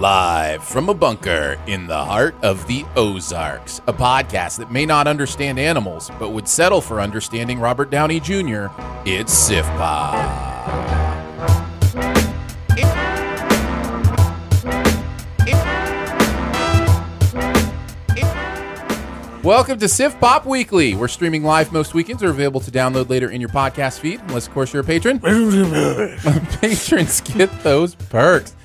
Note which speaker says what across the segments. Speaker 1: Live from a bunker in the heart of the Ozarks, a podcast that may not understand animals, but would settle for understanding Robert Downey Jr., it's SIFPA. Welcome to Sif Pop Weekly. We're streaming live most weekends. Are available to download later in your podcast feed, unless of course you're a patron. Patrons get those perks.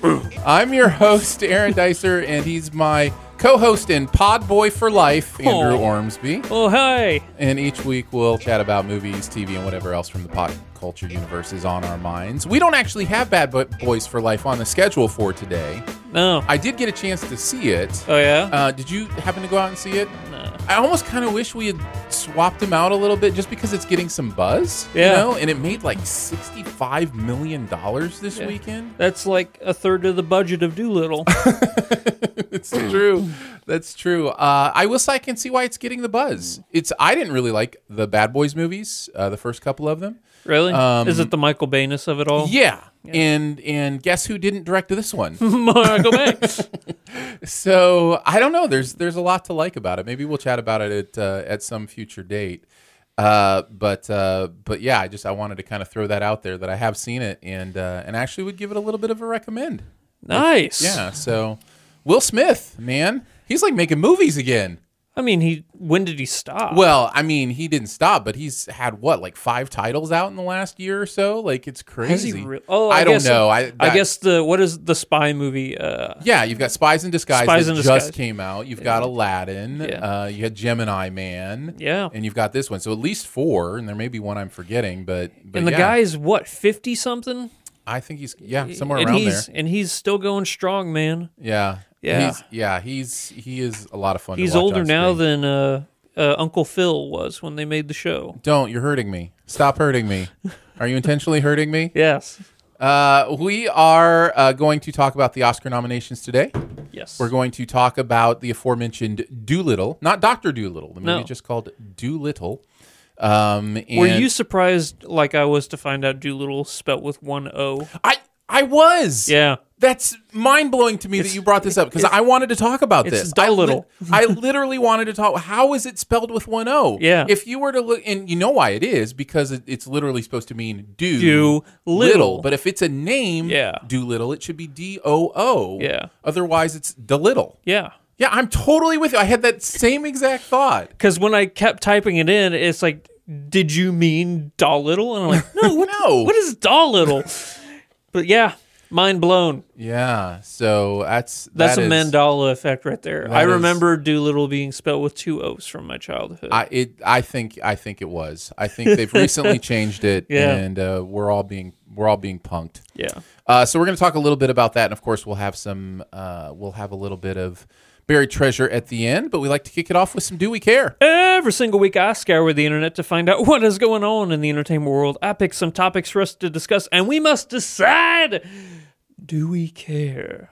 Speaker 1: I'm your host Aaron Dicer, and he's my co-host and pod boy for life, Andrew Ormsby.
Speaker 2: oh hey,
Speaker 1: And each week we'll chat about movies, TV, and whatever else from the pop culture universe is on our minds. We don't actually have Bad Bo- Boys for Life on the schedule for today.
Speaker 2: no,
Speaker 1: I did get a chance to see it.
Speaker 2: oh yeah,
Speaker 1: Uh, did you happen to go out and see it? No. I almost kind of wish we had swapped them out a little bit just because it's getting some buzz.
Speaker 2: Yeah.
Speaker 1: You know? And it made like $65 million this weekend.
Speaker 2: that's like a third of the budget of Doolittle.
Speaker 1: it's true. That's true. Uh, I will say I can see why it's getting the buzz. It's I didn't really like the Bad Boys movies, uh, the first couple of them.
Speaker 2: Really?
Speaker 1: Um,
Speaker 2: Is it the Michael Bayness of it all?
Speaker 1: Yeah. And and guess who didn't direct this one?
Speaker 2: Michael Bay.
Speaker 1: so I don't know. There's there's a lot to like about it. Maybe we'll chat about it at uh, at some future date. Uh, but uh, but yeah, I just I wanted to kind of throw that out there that I have seen it and uh, and actually would give it a little bit of a recommend.
Speaker 2: nice.
Speaker 1: Yeah. So Will Smith, man, he's like making movies again.
Speaker 2: I mean, he. When did he stop?
Speaker 1: Well, I mean, he didn't stop, but he's had what like five titles out in the last year or so. Like it's crazy.
Speaker 2: Has he re- oh, I,
Speaker 1: I, don't
Speaker 2: guess-
Speaker 1: know. I
Speaker 2: I
Speaker 1: that-
Speaker 2: guess the what is the spy movie? Uh,
Speaker 1: Yeah, you've got Spies in Disguise
Speaker 2: Spies
Speaker 1: that
Speaker 2: in Disguise.
Speaker 1: just came out. You've got Aladdin.
Speaker 2: Yeah.
Speaker 1: Uh, you had Gemini Man.
Speaker 2: Yeah.
Speaker 1: And you've got this one. So at least four, and there may be one I'm forgetting, but, but
Speaker 2: and the
Speaker 1: yeah,
Speaker 2: guy's what fifty something?
Speaker 1: I think he's yeah somewhere
Speaker 2: and
Speaker 1: around there.
Speaker 2: he's, And he's still going strong, man.
Speaker 1: Yeah.
Speaker 2: Yeah.
Speaker 1: He's, yeah. He's he is a lot of fun. to
Speaker 2: He's
Speaker 1: watch
Speaker 2: older
Speaker 1: on
Speaker 2: now
Speaker 1: screen.
Speaker 2: than uh, uh, Uncle Phil was when they made the show.
Speaker 1: Don't you're hurting me. Stop hurting me. Are you intentionally hurting me?
Speaker 2: Yes.
Speaker 1: Uh, we are uh, going to talk about the Oscar nominations today.
Speaker 2: Yes.
Speaker 1: We're going to talk about the aforementioned Doolittle, not Doctor Doolittle. The movie
Speaker 2: No.
Speaker 1: is just called Doolittle. Um, and
Speaker 2: Were you surprised, like I was, to find out Doolittle spelt with one O?
Speaker 1: I I was.
Speaker 2: Yeah.
Speaker 1: That's mind blowing to me that you brought this up because
Speaker 2: it's-
Speaker 1: I wanted to talk about
Speaker 2: it's
Speaker 1: this. I lit-
Speaker 2: Doolittle.
Speaker 1: I literally wanted to talk. How is it spelled with one O?
Speaker 2: Yeah.
Speaker 1: If you were to look, and you know why it is because it, it's literally supposed to mean do
Speaker 2: Do little.
Speaker 1: But if it's a name,
Speaker 2: Yeah.
Speaker 1: do little, it should be D O O.
Speaker 2: Yeah.
Speaker 1: Otherwise, it's Delittle.
Speaker 2: Yeah.
Speaker 1: Yeah, I'm totally with you. I had that same exact thought.
Speaker 2: Because when I kept typing it in, it's like, did you mean Dolittle? And I'm like, no, what,
Speaker 1: No.
Speaker 2: what is Dolittle? but yeah,
Speaker 3: Mind blown.
Speaker 1: Yeah. So that's
Speaker 3: That's
Speaker 1: that
Speaker 3: a
Speaker 1: is-
Speaker 3: Mandela effect right there.
Speaker 1: that
Speaker 3: I
Speaker 1: is-
Speaker 3: remember Doolittle being spelled with two O's from my childhood.
Speaker 1: I it I think I think it was. I think they've recently changed it,
Speaker 3: Yeah.
Speaker 1: and uh, we're all being we're all being punked.
Speaker 3: yeah.
Speaker 1: Uh, so we're going to talk a little bit about that, and of course we'll have some uh, we'll have a little bit of buried treasure at the end. But we like to kick it off with some do we care?
Speaker 3: Every single week, I scour the internet to find out what is going on in the entertainment world. I pick some topics for us to discuss, and we must decide do we care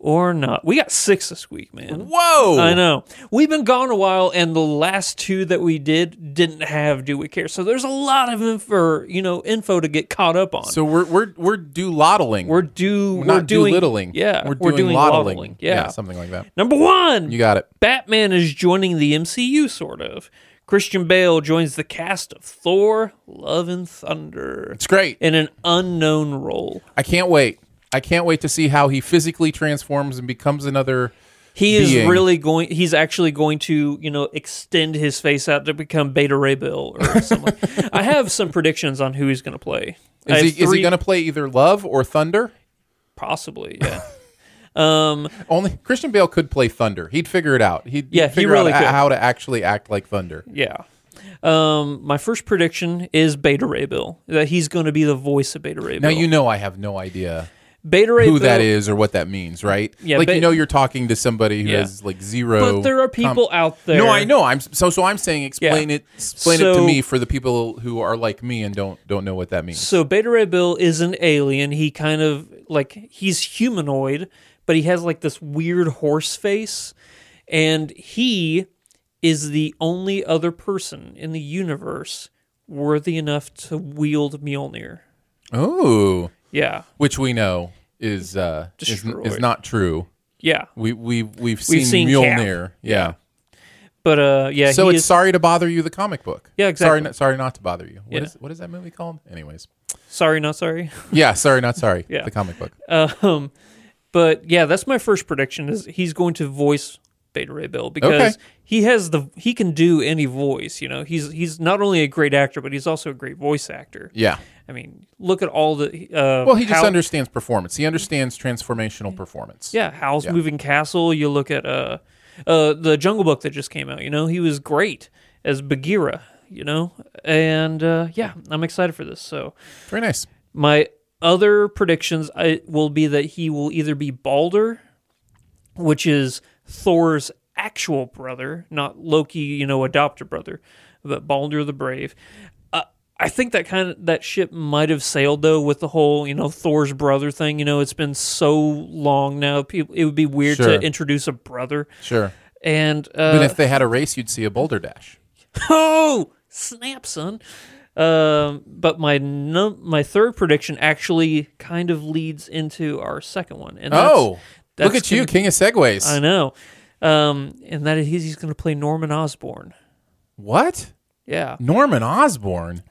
Speaker 3: or not? We got six this week, man.
Speaker 1: Whoa!
Speaker 3: I know. We've been gone a while, and the last two that we did didn't have Do We Care. So there's a lot of info, you know, info to get caught up on.
Speaker 1: So we're we're we're doodloddling.
Speaker 3: we're do
Speaker 1: We're
Speaker 3: we're
Speaker 1: not
Speaker 3: doing
Speaker 1: doolittling.
Speaker 3: Yeah,
Speaker 1: we're, doing, lottling.
Speaker 3: lotling. Yeah.
Speaker 1: something like that.
Speaker 3: Number one,
Speaker 1: You got it.
Speaker 3: Batman is joining the MCU, sort of. Christian Bale joins the cast of Thor: Love and Thunder
Speaker 1: It's great.
Speaker 3: in an unknown role.
Speaker 1: I can't wait. I can't wait to see how he physically transforms and becomes another.
Speaker 3: He is
Speaker 1: Being.
Speaker 3: really going. He's actually going to, you know, extend his face out to become Beta Ray Bill or something. I have some predictions on who he's going to play.
Speaker 1: Is
Speaker 3: I have
Speaker 1: he is he
Speaker 3: three-
Speaker 1: going to play either Love or Thunder?
Speaker 3: possibly? Yeah. um.
Speaker 1: Only Christian Bale could play Thunder. He'd figure it out. He'd
Speaker 3: Yeah,
Speaker 1: he'd
Speaker 3: he
Speaker 1: figure
Speaker 3: really
Speaker 1: out
Speaker 3: could.
Speaker 1: a- how to actually act like Thunder.
Speaker 3: Yeah. Um. My first prediction is Beta Ray Bill. That he's going to be the voice of Beta Ray
Speaker 1: Now
Speaker 3: Bill.
Speaker 1: you know I have no idea
Speaker 3: Beta Ray
Speaker 1: who
Speaker 3: Bill,
Speaker 1: that is or what that means, right?
Speaker 3: Yeah,
Speaker 1: like
Speaker 3: but-
Speaker 1: you know you're talking to somebody who
Speaker 3: Yeah.
Speaker 1: has like zero.
Speaker 3: But there are people
Speaker 1: com-
Speaker 3: out there.
Speaker 1: No, I know. I'm so so. I'm saying explain
Speaker 3: Yeah.
Speaker 1: it. Explain it to
Speaker 3: So-
Speaker 1: me for the people who are like me and don't don't know what that means.
Speaker 3: So Beta Ray Bill is an alien. He kind of like he's humanoid, but he has like this weird horse face, and he is the only other person in the universe worthy enough to wield Mjolnir.
Speaker 1: Oh,
Speaker 3: Yeah,
Speaker 1: which we know is uh is, is
Speaker 3: Destroyed.
Speaker 1: not true.
Speaker 3: yeah.
Speaker 1: We we we've seen,
Speaker 3: We've seen Cap.
Speaker 1: Mjolnir. Yeah.
Speaker 3: But uh, yeah.
Speaker 1: So
Speaker 3: he
Speaker 1: it's
Speaker 3: is,
Speaker 1: sorry to bother you, the comic book.
Speaker 3: Yeah,
Speaker 1: Sorry,
Speaker 3: exactly.
Speaker 1: not, sorry not to bother you. What is
Speaker 3: Yeah.
Speaker 1: what is that movie called? Anyways.
Speaker 3: sorry, not sorry.
Speaker 1: Yeah, sorry not sorry.
Speaker 3: Yeah.
Speaker 1: The comic book.
Speaker 3: Um, but yeah, that's my first prediction is he's going to voice Beta Ray Bill because
Speaker 1: Okay.
Speaker 3: he has the he can do any voice. You know, he's he's not only a great actor, but he's also a great voice actor.
Speaker 1: Yeah.
Speaker 3: I mean, look at all the uh,
Speaker 1: Well, he just
Speaker 3: Howl-
Speaker 1: understands performance. He understands transformational performance.
Speaker 3: yeah, Howl's Moving Castle. You look at uh, uh, the Jungle Book that just came out. You know, he was great as Bagheera. You know, and uh, yeah, I'm excited for this. So
Speaker 1: Very nice.
Speaker 3: My other predictions I, will be that he will either be Balder, which is Thor's actual brother, not Loki, you know, adopted brother, but Balder the Brave. Uh, I think that kind of that ship might have sailed though with the whole you know Thor's brother thing. You know, it's been so long now. People, it would be weird
Speaker 1: Sure.
Speaker 3: to introduce a brother.
Speaker 1: Sure.
Speaker 3: And
Speaker 1: Even
Speaker 3: uh,
Speaker 1: if they had a race, you'd see a boulder dash.
Speaker 3: Oh, snap, son. Um, but my num- my third prediction actually kind of leads into our second one. And that's-
Speaker 1: oh, look
Speaker 3: that's
Speaker 1: at you,
Speaker 3: gonna-
Speaker 1: king of segues.
Speaker 3: I know. Um, and that is he's, he's going to play Norman Osborn.
Speaker 1: What?
Speaker 3: Yeah.
Speaker 1: Norman Osborn,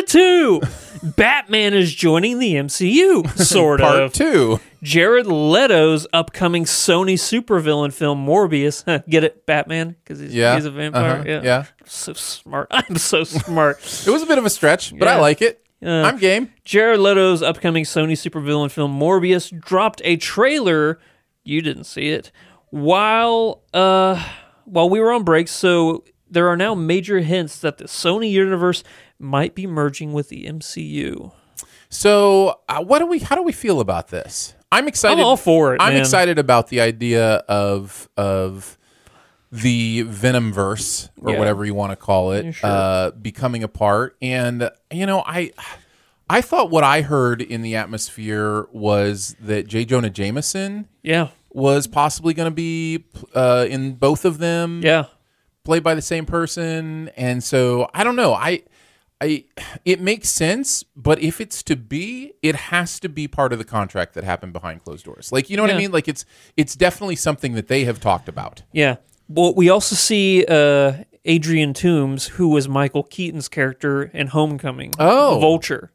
Speaker 3: two, Batman is joining the MCU, sort
Speaker 1: part
Speaker 3: of.
Speaker 1: two.
Speaker 3: Jared Leto's upcoming Sony supervillain film Morbius. Get it, Batman? Because he's,
Speaker 1: Yeah,
Speaker 3: he's a vampire.
Speaker 1: uh-huh,
Speaker 3: Yeah.
Speaker 1: yeah.
Speaker 3: So smart. I'm so smart.
Speaker 1: It was a bit of a stretch, but I
Speaker 3: Yeah. Uh,
Speaker 1: like it.
Speaker 3: Yeah.
Speaker 1: I'm game.
Speaker 3: Jared Leto's upcoming Sony supervillain film Morbius dropped a trailer. You didn't see it. While uh while we were on break, so there are now major hints that the Sony universe might be merging with the MCU.
Speaker 1: So, uh, what do we? How do we feel about this? I'm excited.
Speaker 3: I'm all for it,
Speaker 1: I'm
Speaker 3: man.
Speaker 1: excited about the idea of of the Venom verse or
Speaker 3: Yeah.
Speaker 1: whatever you want to call it uh, becoming a part. And you know, I I thought what I heard in the atmosphere was that J. Jonah Jameson
Speaker 3: Yeah.
Speaker 1: was possibly going to be uh, in both of them
Speaker 3: Yeah.
Speaker 1: played by the same person and so i don't know i i it makes sense but if it's to be it has to be part of the contract that happened behind closed doors like you know what i
Speaker 3: Yeah.
Speaker 1: mean like it's it's definitely something that they have talked about
Speaker 3: Yeah. Well, we also see uh Adrian Toomes, who was Michael Keaton's character in Homecoming.
Speaker 1: Oh.
Speaker 3: Vulture.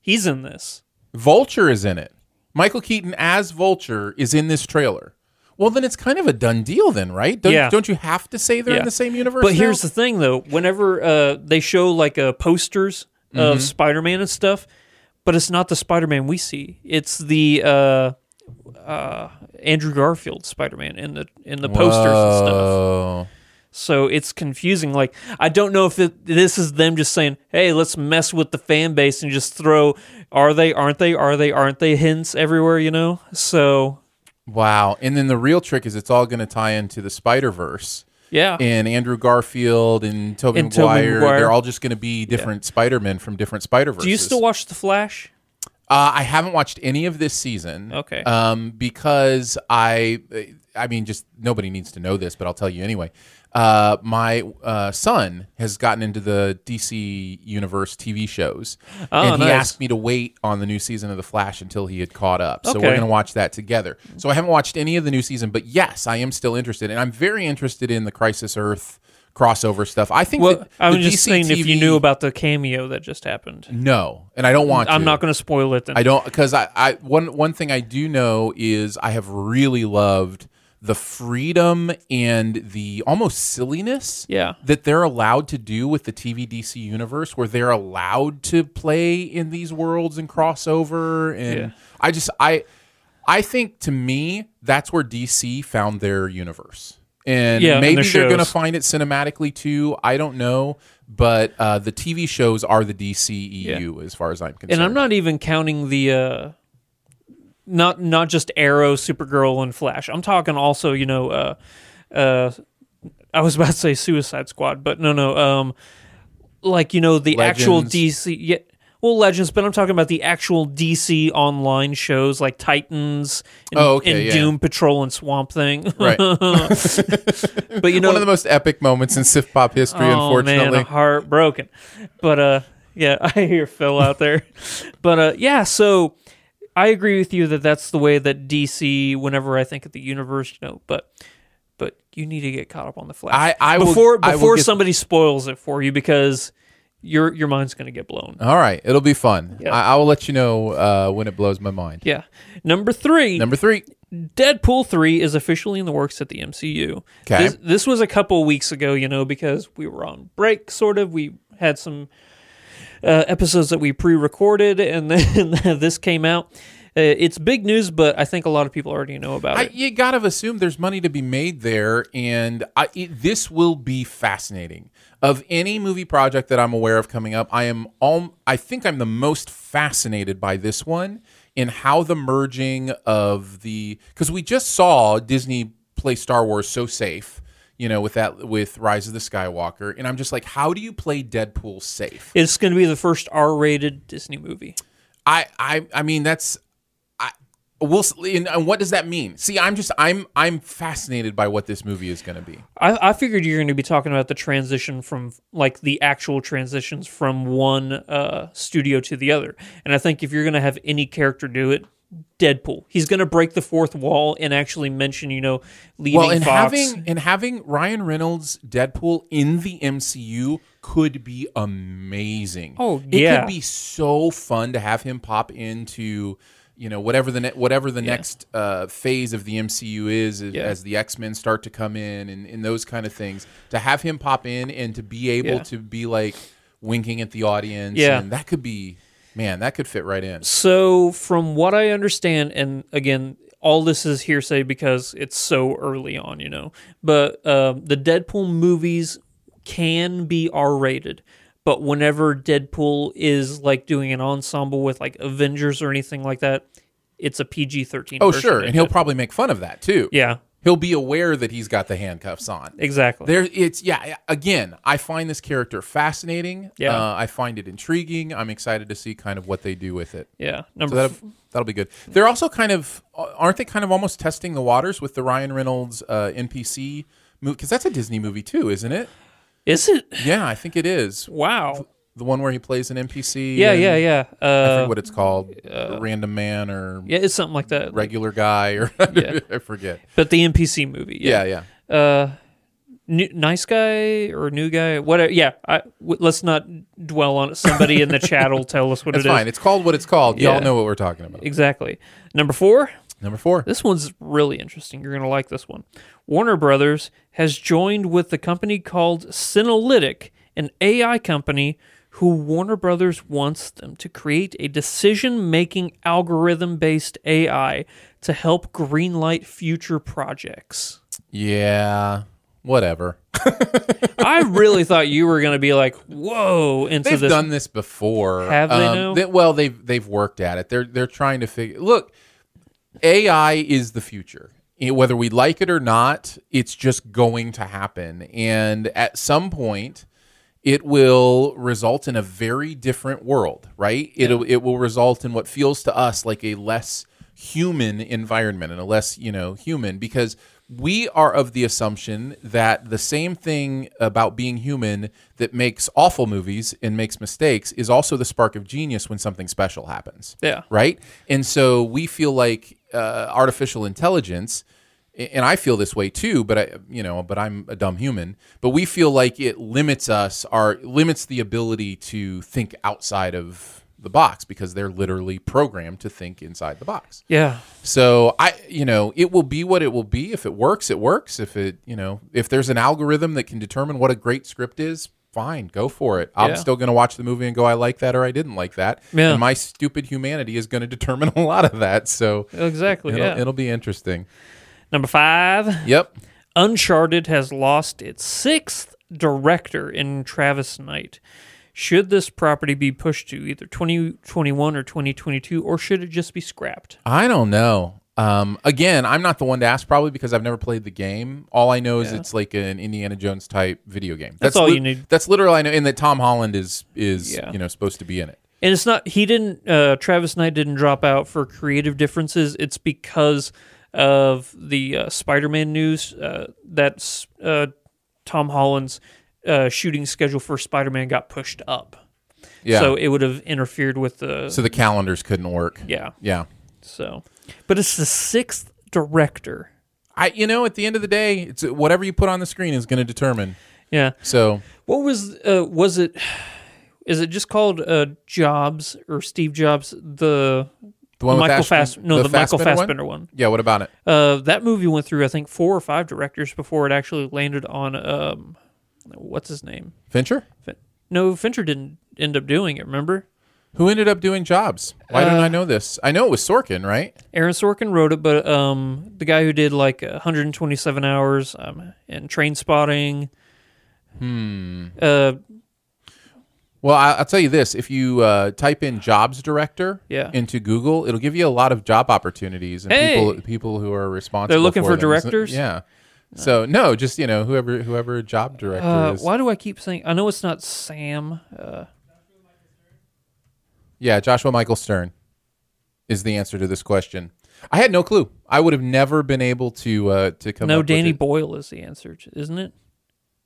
Speaker 3: He's in this.
Speaker 1: vulture is in it michael keaton as vulture is in this trailer well then it's kind of a done deal then right don't,
Speaker 3: Yeah.
Speaker 1: don't you have to say they're in
Speaker 3: Yeah.
Speaker 1: the same universe
Speaker 3: But
Speaker 1: now?
Speaker 3: here's the thing, though. Whenever uh, they show like uh, posters of Spider-Man and stuff, but it's not the Spider-Man we see. It's the uh, uh, Andrew Garfield Spider-Man in the in the posters and stuff.
Speaker 1: Oh.
Speaker 3: So it's confusing. Like I don't know if it, this is them just saying, "Hey, let's mess with the fan base and just throw are they, aren't they, are they, aren't they hints everywhere." You know. So
Speaker 1: Wow. And then the real trick is it's all going to tie into the Spider Verse.
Speaker 3: yeah,
Speaker 1: And Andrew Garfield and Tobey
Speaker 3: And Tobey
Speaker 1: Maguire,
Speaker 3: Maguire.
Speaker 1: they're all just going to be different Spider Men from different Spider Verses.
Speaker 3: do you still watch the Flash?
Speaker 1: Uh, I haven't watched any of this season.
Speaker 3: Okay.
Speaker 1: Um, because I, I mean, just nobody needs to know this, but I'll tell you anyway. Uh, my uh, son has gotten into the DC Universe TV shows, and he
Speaker 3: Oh, nice.
Speaker 1: asked me to wait on the new season of The Flash until he had caught up. So we're
Speaker 3: Okay.
Speaker 1: going to watch that together. So I haven't watched any of the new season, but yes, I am still interested, and I'm very interested in the Crisis Earth crossover stuff. I think.
Speaker 3: Well,
Speaker 1: that
Speaker 3: I was
Speaker 1: the
Speaker 3: just
Speaker 1: DC
Speaker 3: saying if you
Speaker 1: TV
Speaker 3: knew about the cameo that just happened.
Speaker 1: No, and I don't want.
Speaker 3: I'm
Speaker 1: to.
Speaker 3: not going to spoil it. Then.
Speaker 1: I don't because I, I one one thing I do know is I have really loved the freedom and the almost silliness
Speaker 3: Yeah.
Speaker 1: that they're allowed to do with the TVDC universe where they're allowed to play in these worlds and crossover and
Speaker 3: Yeah.
Speaker 1: I just I I think to me that's where DC found their universe. And
Speaker 3: Yeah, and
Speaker 1: maybe
Speaker 3: their
Speaker 1: they're going to
Speaker 3: shows.
Speaker 1: find it cinematically too. I don't know, but uh, the TV shows are the DCEU as far as I'm concerned.
Speaker 3: and I'm not even counting the uh, not not just Arrow, Supergirl, and Flash. I'm talking also, you know, uh, uh, I was about to say Suicide Squad, but no, no, um, like you know the actual
Speaker 1: Legends.
Speaker 3: DC. Yeah, well, Legends, but I'm talking about the actual DC online shows like Titans and,
Speaker 1: Oh, okay,
Speaker 3: and
Speaker 1: yeah.
Speaker 3: Doom Patrol and Swamp Thing.
Speaker 1: Right.
Speaker 3: but you know,
Speaker 1: one of the most epic moments in Sif Pop history,
Speaker 3: Oh, man,
Speaker 1: unfortunately.
Speaker 3: I'm heartbroken. But uh, yeah, I hear Phil out there. but uh, yeah, so I agree with you that that's the way that DC. Whenever I think of the universe, you know, but but you need to get caught up on the Flash.
Speaker 1: I- I will-
Speaker 3: before
Speaker 1: I will
Speaker 3: before
Speaker 1: get-
Speaker 3: somebody spoils it for you because your your mind's gonna get blown.
Speaker 1: All right, it'll be fun.
Speaker 3: Yeah.
Speaker 1: I, I will let you know uh, when it blows my mind.
Speaker 3: yeah, number three.
Speaker 1: Number three.
Speaker 3: Deadpool 3 is officially in the works at the MCU.
Speaker 1: Okay.
Speaker 3: This, this was a couple weeks ago, you know, because we were on break, sort of. We had some uh, episodes that we pre recorded, and then this came out. Uh, it's big news, but I think a lot of people already know about
Speaker 1: I,
Speaker 3: it.
Speaker 1: you got to assume there's money to be made there, and I, it, this will be fascinating. Of any movie project that I'm aware of coming up, I am all, I think I'm the most fascinated by this one in how the merging of the because we just saw Disney play Star Wars so safe, you know, with that with Rise of the Skywalker, and I'm just like, how do you play Deadpool safe?
Speaker 3: It's going to be the first R rated Disney movie.
Speaker 1: I I I mean that's I we'll s- and, and what does that mean? See, I'm just I'm I'm fascinated by what this movie is going to be.
Speaker 3: I, I figured you're going to be talking about the transition from like the actual transitions from one uh, studio to the other. And I think if you're going to have any character do it, Deadpool, he's going to break the fourth wall and actually mention, you know, leaving
Speaker 1: Well, and
Speaker 3: Fox.
Speaker 1: having and having Ryan Reynolds Deadpool in the MCU could be amazing.
Speaker 3: Oh,
Speaker 1: it
Speaker 3: yeah.
Speaker 1: could be so fun to have him pop into you know whatever the ne- whatever the next uh, phase of the MCU is as, as the X Men start to come in and, and those kind of things. To have him pop in and to be able
Speaker 3: Yeah.
Speaker 1: to be like winking at the audience,
Speaker 3: Yeah.
Speaker 1: and that could be man, that could fit right in.
Speaker 3: So, from what I understand, and again, all this is hearsay because it's so early on, you know. But um, the Deadpool movies can be R rated. But whenever Deadpool is like doing an ensemble with like Avengers or anything like that, it's a PG 13.
Speaker 1: Oh sure, and he'll probably make fun of that too.
Speaker 3: Yeah,
Speaker 1: He'll be aware that he's got the handcuffs on.
Speaker 3: exactly.
Speaker 1: There, it's yeah. Again, I find this character fascinating.
Speaker 3: Yeah.
Speaker 1: uh, I find it intriguing. I'm excited to see kind of what they do with it.
Speaker 3: yeah.
Speaker 1: So
Speaker 3: Number f-
Speaker 1: that'll, that'll be good. They're also kind of, uh, aren't they? Kind of almost testing the waters with the Ryan Reynolds uh, NPC movie because that's a Disney movie too, isn't it?
Speaker 3: is it?
Speaker 1: Yeah, I think it is
Speaker 3: Wow.
Speaker 1: the one where he plays an NPC.
Speaker 3: Yeah,
Speaker 1: and-
Speaker 3: yeah, yeah.
Speaker 1: I
Speaker 3: Uh,
Speaker 1: forget what it's called, random man or
Speaker 3: yeah, it's something like that.
Speaker 1: regular guy or I forget.
Speaker 3: But the NPC movie.
Speaker 1: Yeah, yeah.
Speaker 3: uh new, nice guy or new guy whatever yeah I, w- let's not dwell on it somebody in the chat will tell us what
Speaker 1: That's
Speaker 3: it is.
Speaker 1: fine. It's called what it's called.
Speaker 3: Yeah.
Speaker 1: Y'all know what we're talking about.
Speaker 3: exactly number four
Speaker 1: Number four.
Speaker 3: this one's really interesting you're gonna like this one warner brothers has joined with the company called synalytic an ai company who Warner Brothers wants them to create a decision making algorithm based AI to help greenlight future projects.
Speaker 1: Yeah. Whatever.
Speaker 3: I really thought you were going to be like, whoa, into
Speaker 1: They've
Speaker 3: this.
Speaker 1: done this before. Um,
Speaker 3: Have they now?
Speaker 1: well, they've they've worked at it. They're they're trying to figure. Look, AI is the future. It- whether we like it or not, it's just going to happen. And at some point, it will result in a very different world, right? It'll it will result in what feels to us like a less human environment and a less, you know, human because we are of the assumption that the same thing about being human that makes awful movies and makes mistakes is also the spark of genius when something special happens
Speaker 3: Yeah.
Speaker 1: right? And so we feel like uh, artificial intelligence, and I feel this way too. But I, you know, but I'm a dumb human. But we feel like it limits us, our limits the ability to think outside of the box because they're literally programmed to think inside the box.
Speaker 3: Yeah.
Speaker 1: So I, you know, it will be what it will be. If it works, it works. If it, you know, if there's an algorithm that can determine what a great script is, fine, go for it. I'm
Speaker 3: Yeah.
Speaker 1: still going to watch the movie and go, I like that or I didn't like that.
Speaker 3: Yeah.
Speaker 1: And my stupid humanity is going to determine a lot of that. So
Speaker 3: Exactly.
Speaker 1: it'll,
Speaker 3: yeah.
Speaker 1: it'll be interesting.
Speaker 3: Number five.
Speaker 1: Yep.
Speaker 3: Uncharted has lost its sixth director in Travis Knight. Should this property be pushed to either 2021 or 2022, or should it just be scrapped?
Speaker 1: I don't know. Um, again, I'm not the one to ask probably because I've never played the game. All I know is it's like an Indiana Jones type video game.
Speaker 3: That's all you need.
Speaker 1: That's literally I know, and that Tom Holland is is
Speaker 3: Yeah.
Speaker 1: you know supposed to be in it.
Speaker 3: And it's not, he didn't, uh, Travis Knight didn't drop out for creative differences. It's because of the uh, Spider Man news uh, that uh, Tom Holland's uh, shooting schedule for Spider Man got pushed up.
Speaker 1: Yeah.
Speaker 3: So it would have interfered with the,
Speaker 1: So the calendars couldn't work.
Speaker 3: yeah.
Speaker 1: Yeah.
Speaker 3: So, but it's the sixth director.
Speaker 1: I you know at the end of the day, it's whatever you put on the screen is going to determine.
Speaker 3: Yeah.
Speaker 1: So
Speaker 3: What was uh, was it? Is it just called uh, Jobs or Steve Jobs? The
Speaker 1: the one with
Speaker 3: Michael
Speaker 1: Ashton-
Speaker 3: Fass no the, Michael
Speaker 1: Fassbender
Speaker 3: Fassbender one.
Speaker 1: Yeah, what about it?
Speaker 3: Uh, that movie went through I think four or five directors before it actually landed on um, what's his name?
Speaker 1: Fincher?
Speaker 3: Fin- No, Fincher didn't end up doing it. Remember,
Speaker 1: Who ended up doing jobs? Why don't
Speaker 3: Uh.
Speaker 1: I know this? I know it was Sorkin, right?
Speaker 3: Aaron Sorkin wrote it, but um, the guy who did like 127 hours um, and Train Spotting. Hmm. Uh,
Speaker 1: Well, I, I'll tell you this: if you uh, type in "jobs director"
Speaker 3: Yeah.
Speaker 1: into Google, it'll give you a lot of job opportunities and
Speaker 3: Hey!
Speaker 1: people people who are responsible.
Speaker 3: They're looking for
Speaker 1: them. Isn't-
Speaker 3: directors?
Speaker 1: Yeah. So no, just you know whoever whoever job director
Speaker 3: Uh,
Speaker 1: is.
Speaker 3: why do I keep saying? I know it's not Sam. Uh,
Speaker 1: Yeah, Joshua Michael Stern is the answer to this question. I had no clue. I would have never been able to uh, to come.
Speaker 3: no,
Speaker 1: up with
Speaker 3: Danny
Speaker 1: it. Uh,
Speaker 3: Boyle is the answer, to- isn't it?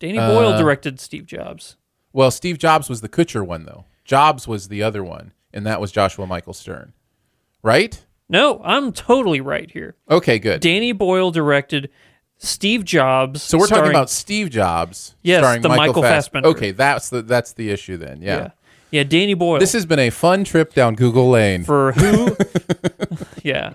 Speaker 3: Danny Boyle directed Steve Jobs.
Speaker 1: well, Steve Jobs was the Kutcher one though. Jobs was the other one, and that was Joshua Michael Stern, right?
Speaker 3: No, I'm totally right here.
Speaker 1: Okay, good.
Speaker 3: Danny Boyle directed Steve Jobs.
Speaker 1: so we're talking
Speaker 3: starring-
Speaker 1: about Steve Jobs,
Speaker 3: Yes,
Speaker 1: starring
Speaker 3: the Michael
Speaker 1: Fass-
Speaker 3: Fassbender.
Speaker 1: Okay, that's the that's the issue then. Yeah.
Speaker 3: yeah, yeah, Danny Boyle.
Speaker 1: This has been a fun trip down Google Lane.
Speaker 3: for who? yeah,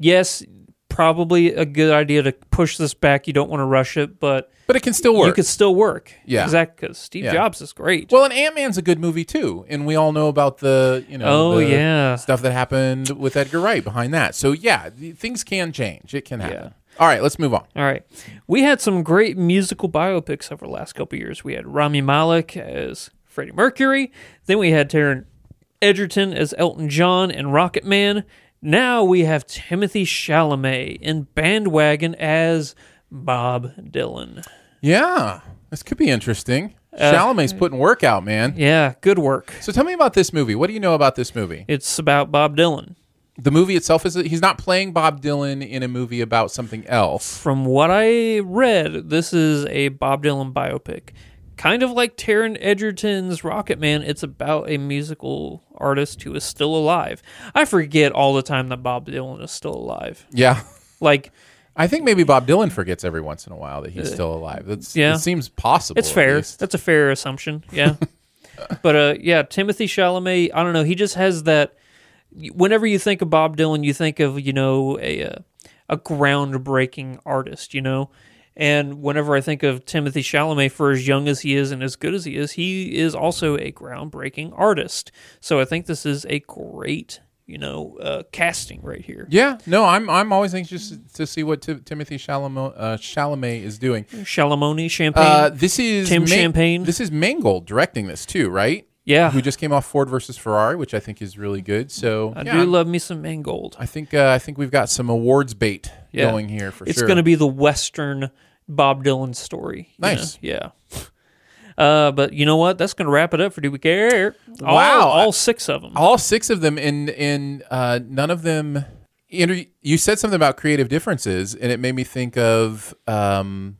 Speaker 3: yes, probably a good idea to push this back. You don't want to rush it, but
Speaker 1: but it can still work.
Speaker 3: you could still work.
Speaker 1: Yeah.
Speaker 3: exactly. Because Steve
Speaker 1: Yeah.
Speaker 3: Jobs is great.
Speaker 1: Well, and Ant Man's a good movie too, and we all know about the you know
Speaker 3: Oh,
Speaker 1: the
Speaker 3: yeah.
Speaker 1: stuff that happened with Edgar Wright behind that. So yeah, th- things can change. It can happen.
Speaker 3: Yeah.
Speaker 1: All right, let's move on.
Speaker 3: All right. We had some great musical biopics over the last couple of years. We had Rami Malek as Freddie Mercury. Then we had Taron Edgerton as Elton John and Rocket Man. Now we have Timothy Chalamet in Bandwagon as Bob Dylan.
Speaker 1: Yeah, this could be interesting. Chalamet's putting work out, man.
Speaker 3: Uh, Yeah, good work.
Speaker 1: So tell me about this movie. What do you know about this movie?
Speaker 3: It's about Bob Dylan.
Speaker 1: The movie itself is he's not playing Bob Dylan in a movie about something else.
Speaker 3: From what I read, this is a Bob Dylan biopic. Kind of like Taron Edgerton's Rocket Man, it's about a musical artist who is still alive. I forget all the time that Bob Dylan is still alive.
Speaker 1: Yeah.
Speaker 3: Like,
Speaker 1: I think maybe Bob Dylan forgets every once in a while that he's still alive. That's,
Speaker 3: Uh, yeah.
Speaker 1: It seems possible.
Speaker 3: it's
Speaker 1: at
Speaker 3: fair.
Speaker 1: least.
Speaker 3: That's a fair assumption. Yeah. but uh, yeah, Timothy Chalamet, I don't know. He just has that. Whenever you think of Bob Dylan, you think of, you know, a, uh, a groundbreaking artist, you know? And whenever I think of Timothy Chalamet for as young as he is and as good as he is, he is also a groundbreaking artist. So I think this is a great, you know, uh, casting right here.
Speaker 1: Yeah, no, I'm I'm always anxious to see what Ti- Timothy Chalamet, uh, Chalamet is doing.
Speaker 3: Chalamoni, Champagne.
Speaker 1: Uh, this is
Speaker 3: Tim Champagne.
Speaker 1: This is Mangold directing this too, right?
Speaker 3: Yeah.
Speaker 1: who just came off Ford versus Ferrari, which I think is really good. So
Speaker 3: I
Speaker 1: yeah,
Speaker 3: do
Speaker 1: I'm-
Speaker 3: love me some Mangold.
Speaker 1: I think uh, I think we've got some awards bait
Speaker 3: Yeah.
Speaker 1: going here for
Speaker 3: it's
Speaker 1: sure.
Speaker 3: going to be the Western Bob Dylan story. you
Speaker 1: Nice.
Speaker 3: know? Yeah. Uh, but you know what? That's going to wrap it up for Do We Care? All-
Speaker 1: Wow.
Speaker 3: All, six of them.
Speaker 1: all six of them in in uh, none of them Andrew, you said something about creative differences and it made me think of um,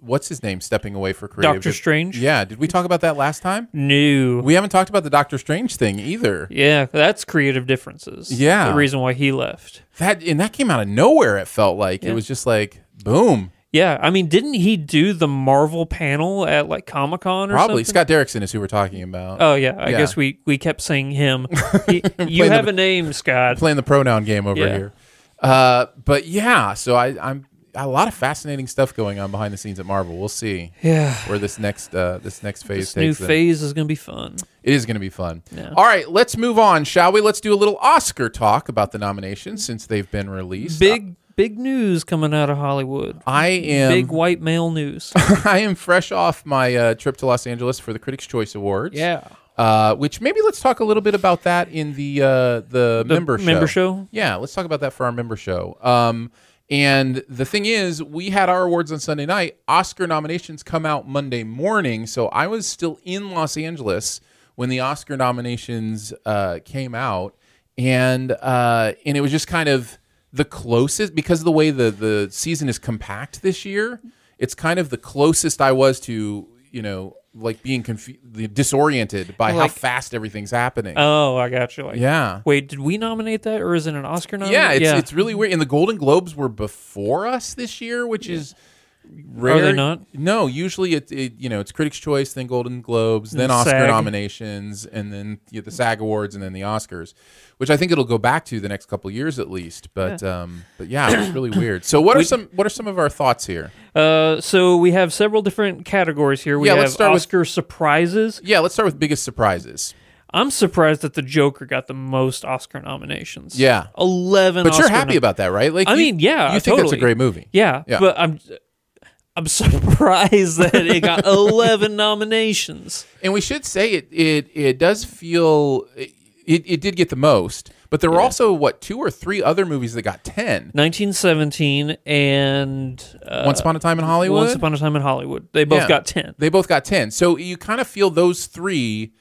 Speaker 1: what's his name stepping away for creative
Speaker 3: Doctor
Speaker 1: dif-
Speaker 3: Strange?
Speaker 1: yeah did we talk about that last time
Speaker 3: New.
Speaker 1: we haven't talked about the doctor strange thing either
Speaker 3: yeah, that's creative differences.
Speaker 1: Yeah.
Speaker 3: The reason why he left.
Speaker 1: that and that came out of nowhere it felt like it was just like boom
Speaker 3: Yeah. I mean, didn't he do the Marvel panel at like Comic Con or
Speaker 1: probably
Speaker 3: something?
Speaker 1: scott derrickson is who we're talking about
Speaker 3: Oh, yeah. I
Speaker 1: Yeah.
Speaker 3: guess we, we kept saying him. He- you
Speaker 1: Playing
Speaker 3: have
Speaker 1: the-
Speaker 3: a name, Scott.
Speaker 1: playing the pronoun game over
Speaker 3: Yeah.
Speaker 1: here uh, but yeah so i i'm a lot of fascinating stuff going on behind the scenes at marvel we'll see
Speaker 3: Yeah.
Speaker 1: where this next uh, this next phase
Speaker 3: This new
Speaker 1: takes them.
Speaker 3: phase is going to be fun.
Speaker 1: It is going to be fun. All right, let's move on, shall we? Let's do a little Oscar talk about the nominations since they've been released.
Speaker 3: Big, big news coming out of Hollywood.
Speaker 1: I am
Speaker 3: Big white male news.
Speaker 1: I am fresh off my uh, trip to Los Angeles for the Critics' Choice Awards.
Speaker 3: Yeah.
Speaker 1: Uh, which maybe let's talk a little bit about that in the uh, the, member show.
Speaker 3: member show?
Speaker 1: Yeah, let's talk about that for our member show. Um, and the thing is, we had our awards on Sunday night. Oscar nominations come out Monday morning, so I was still in Los Angeles when the Oscar nominations uh, came out, and uh, and it was just kind of the closest because of the way the the season is compact this year. It's kind of the closest I was to you know like being confused, disoriented by how
Speaker 3: Like-
Speaker 1: fast everything's happening.
Speaker 3: Oh, I got you. Like,
Speaker 1: yeah.
Speaker 3: Wait, did we nominate that, or is it an Oscar nomination?
Speaker 1: Yeah, it's, it's really weird. And the Golden Globes were before us this year, which is rare.
Speaker 3: they not?
Speaker 1: No, usually it, it you know it's Critics' Choice, then Golden Globes, then
Speaker 3: the
Speaker 1: Oscar
Speaker 3: SAG.
Speaker 1: nominations, and then you know, the SAG Awards, and then the Oscars, which I think it'll go back to the next couple years at least. But um, but yeah, it's really weird. So what are some what are some of our thoughts here?
Speaker 3: Uh, so we have several different categories here. We
Speaker 1: Yeah,
Speaker 3: have
Speaker 1: let's start with-
Speaker 3: Oscar surprises.
Speaker 1: Yeah, let's start with biggest surprises.
Speaker 3: I'm surprised that the Joker got the most Oscar nominations.
Speaker 1: Yeah.
Speaker 3: eleven.
Speaker 1: But you're
Speaker 3: Oscar
Speaker 1: happy
Speaker 3: nom-
Speaker 1: about that, right? Like
Speaker 3: I
Speaker 1: you-
Speaker 3: mean, yeah,
Speaker 1: you think it's
Speaker 3: totally.
Speaker 1: a great movie.
Speaker 3: Yeah,
Speaker 1: Yeah.
Speaker 3: but I'm. I'm surprised that it got 11 nominations.
Speaker 1: And we should say it it it does feel it it did get the most, but there were also what two or three other movies that got ten.
Speaker 3: 1917 and uh,
Speaker 1: Once upon a time in Hollywood.
Speaker 3: Once Upon a Time in Hollywood. They both
Speaker 1: Yeah.
Speaker 3: got 10.
Speaker 1: They both got ten. So you kind of feel those three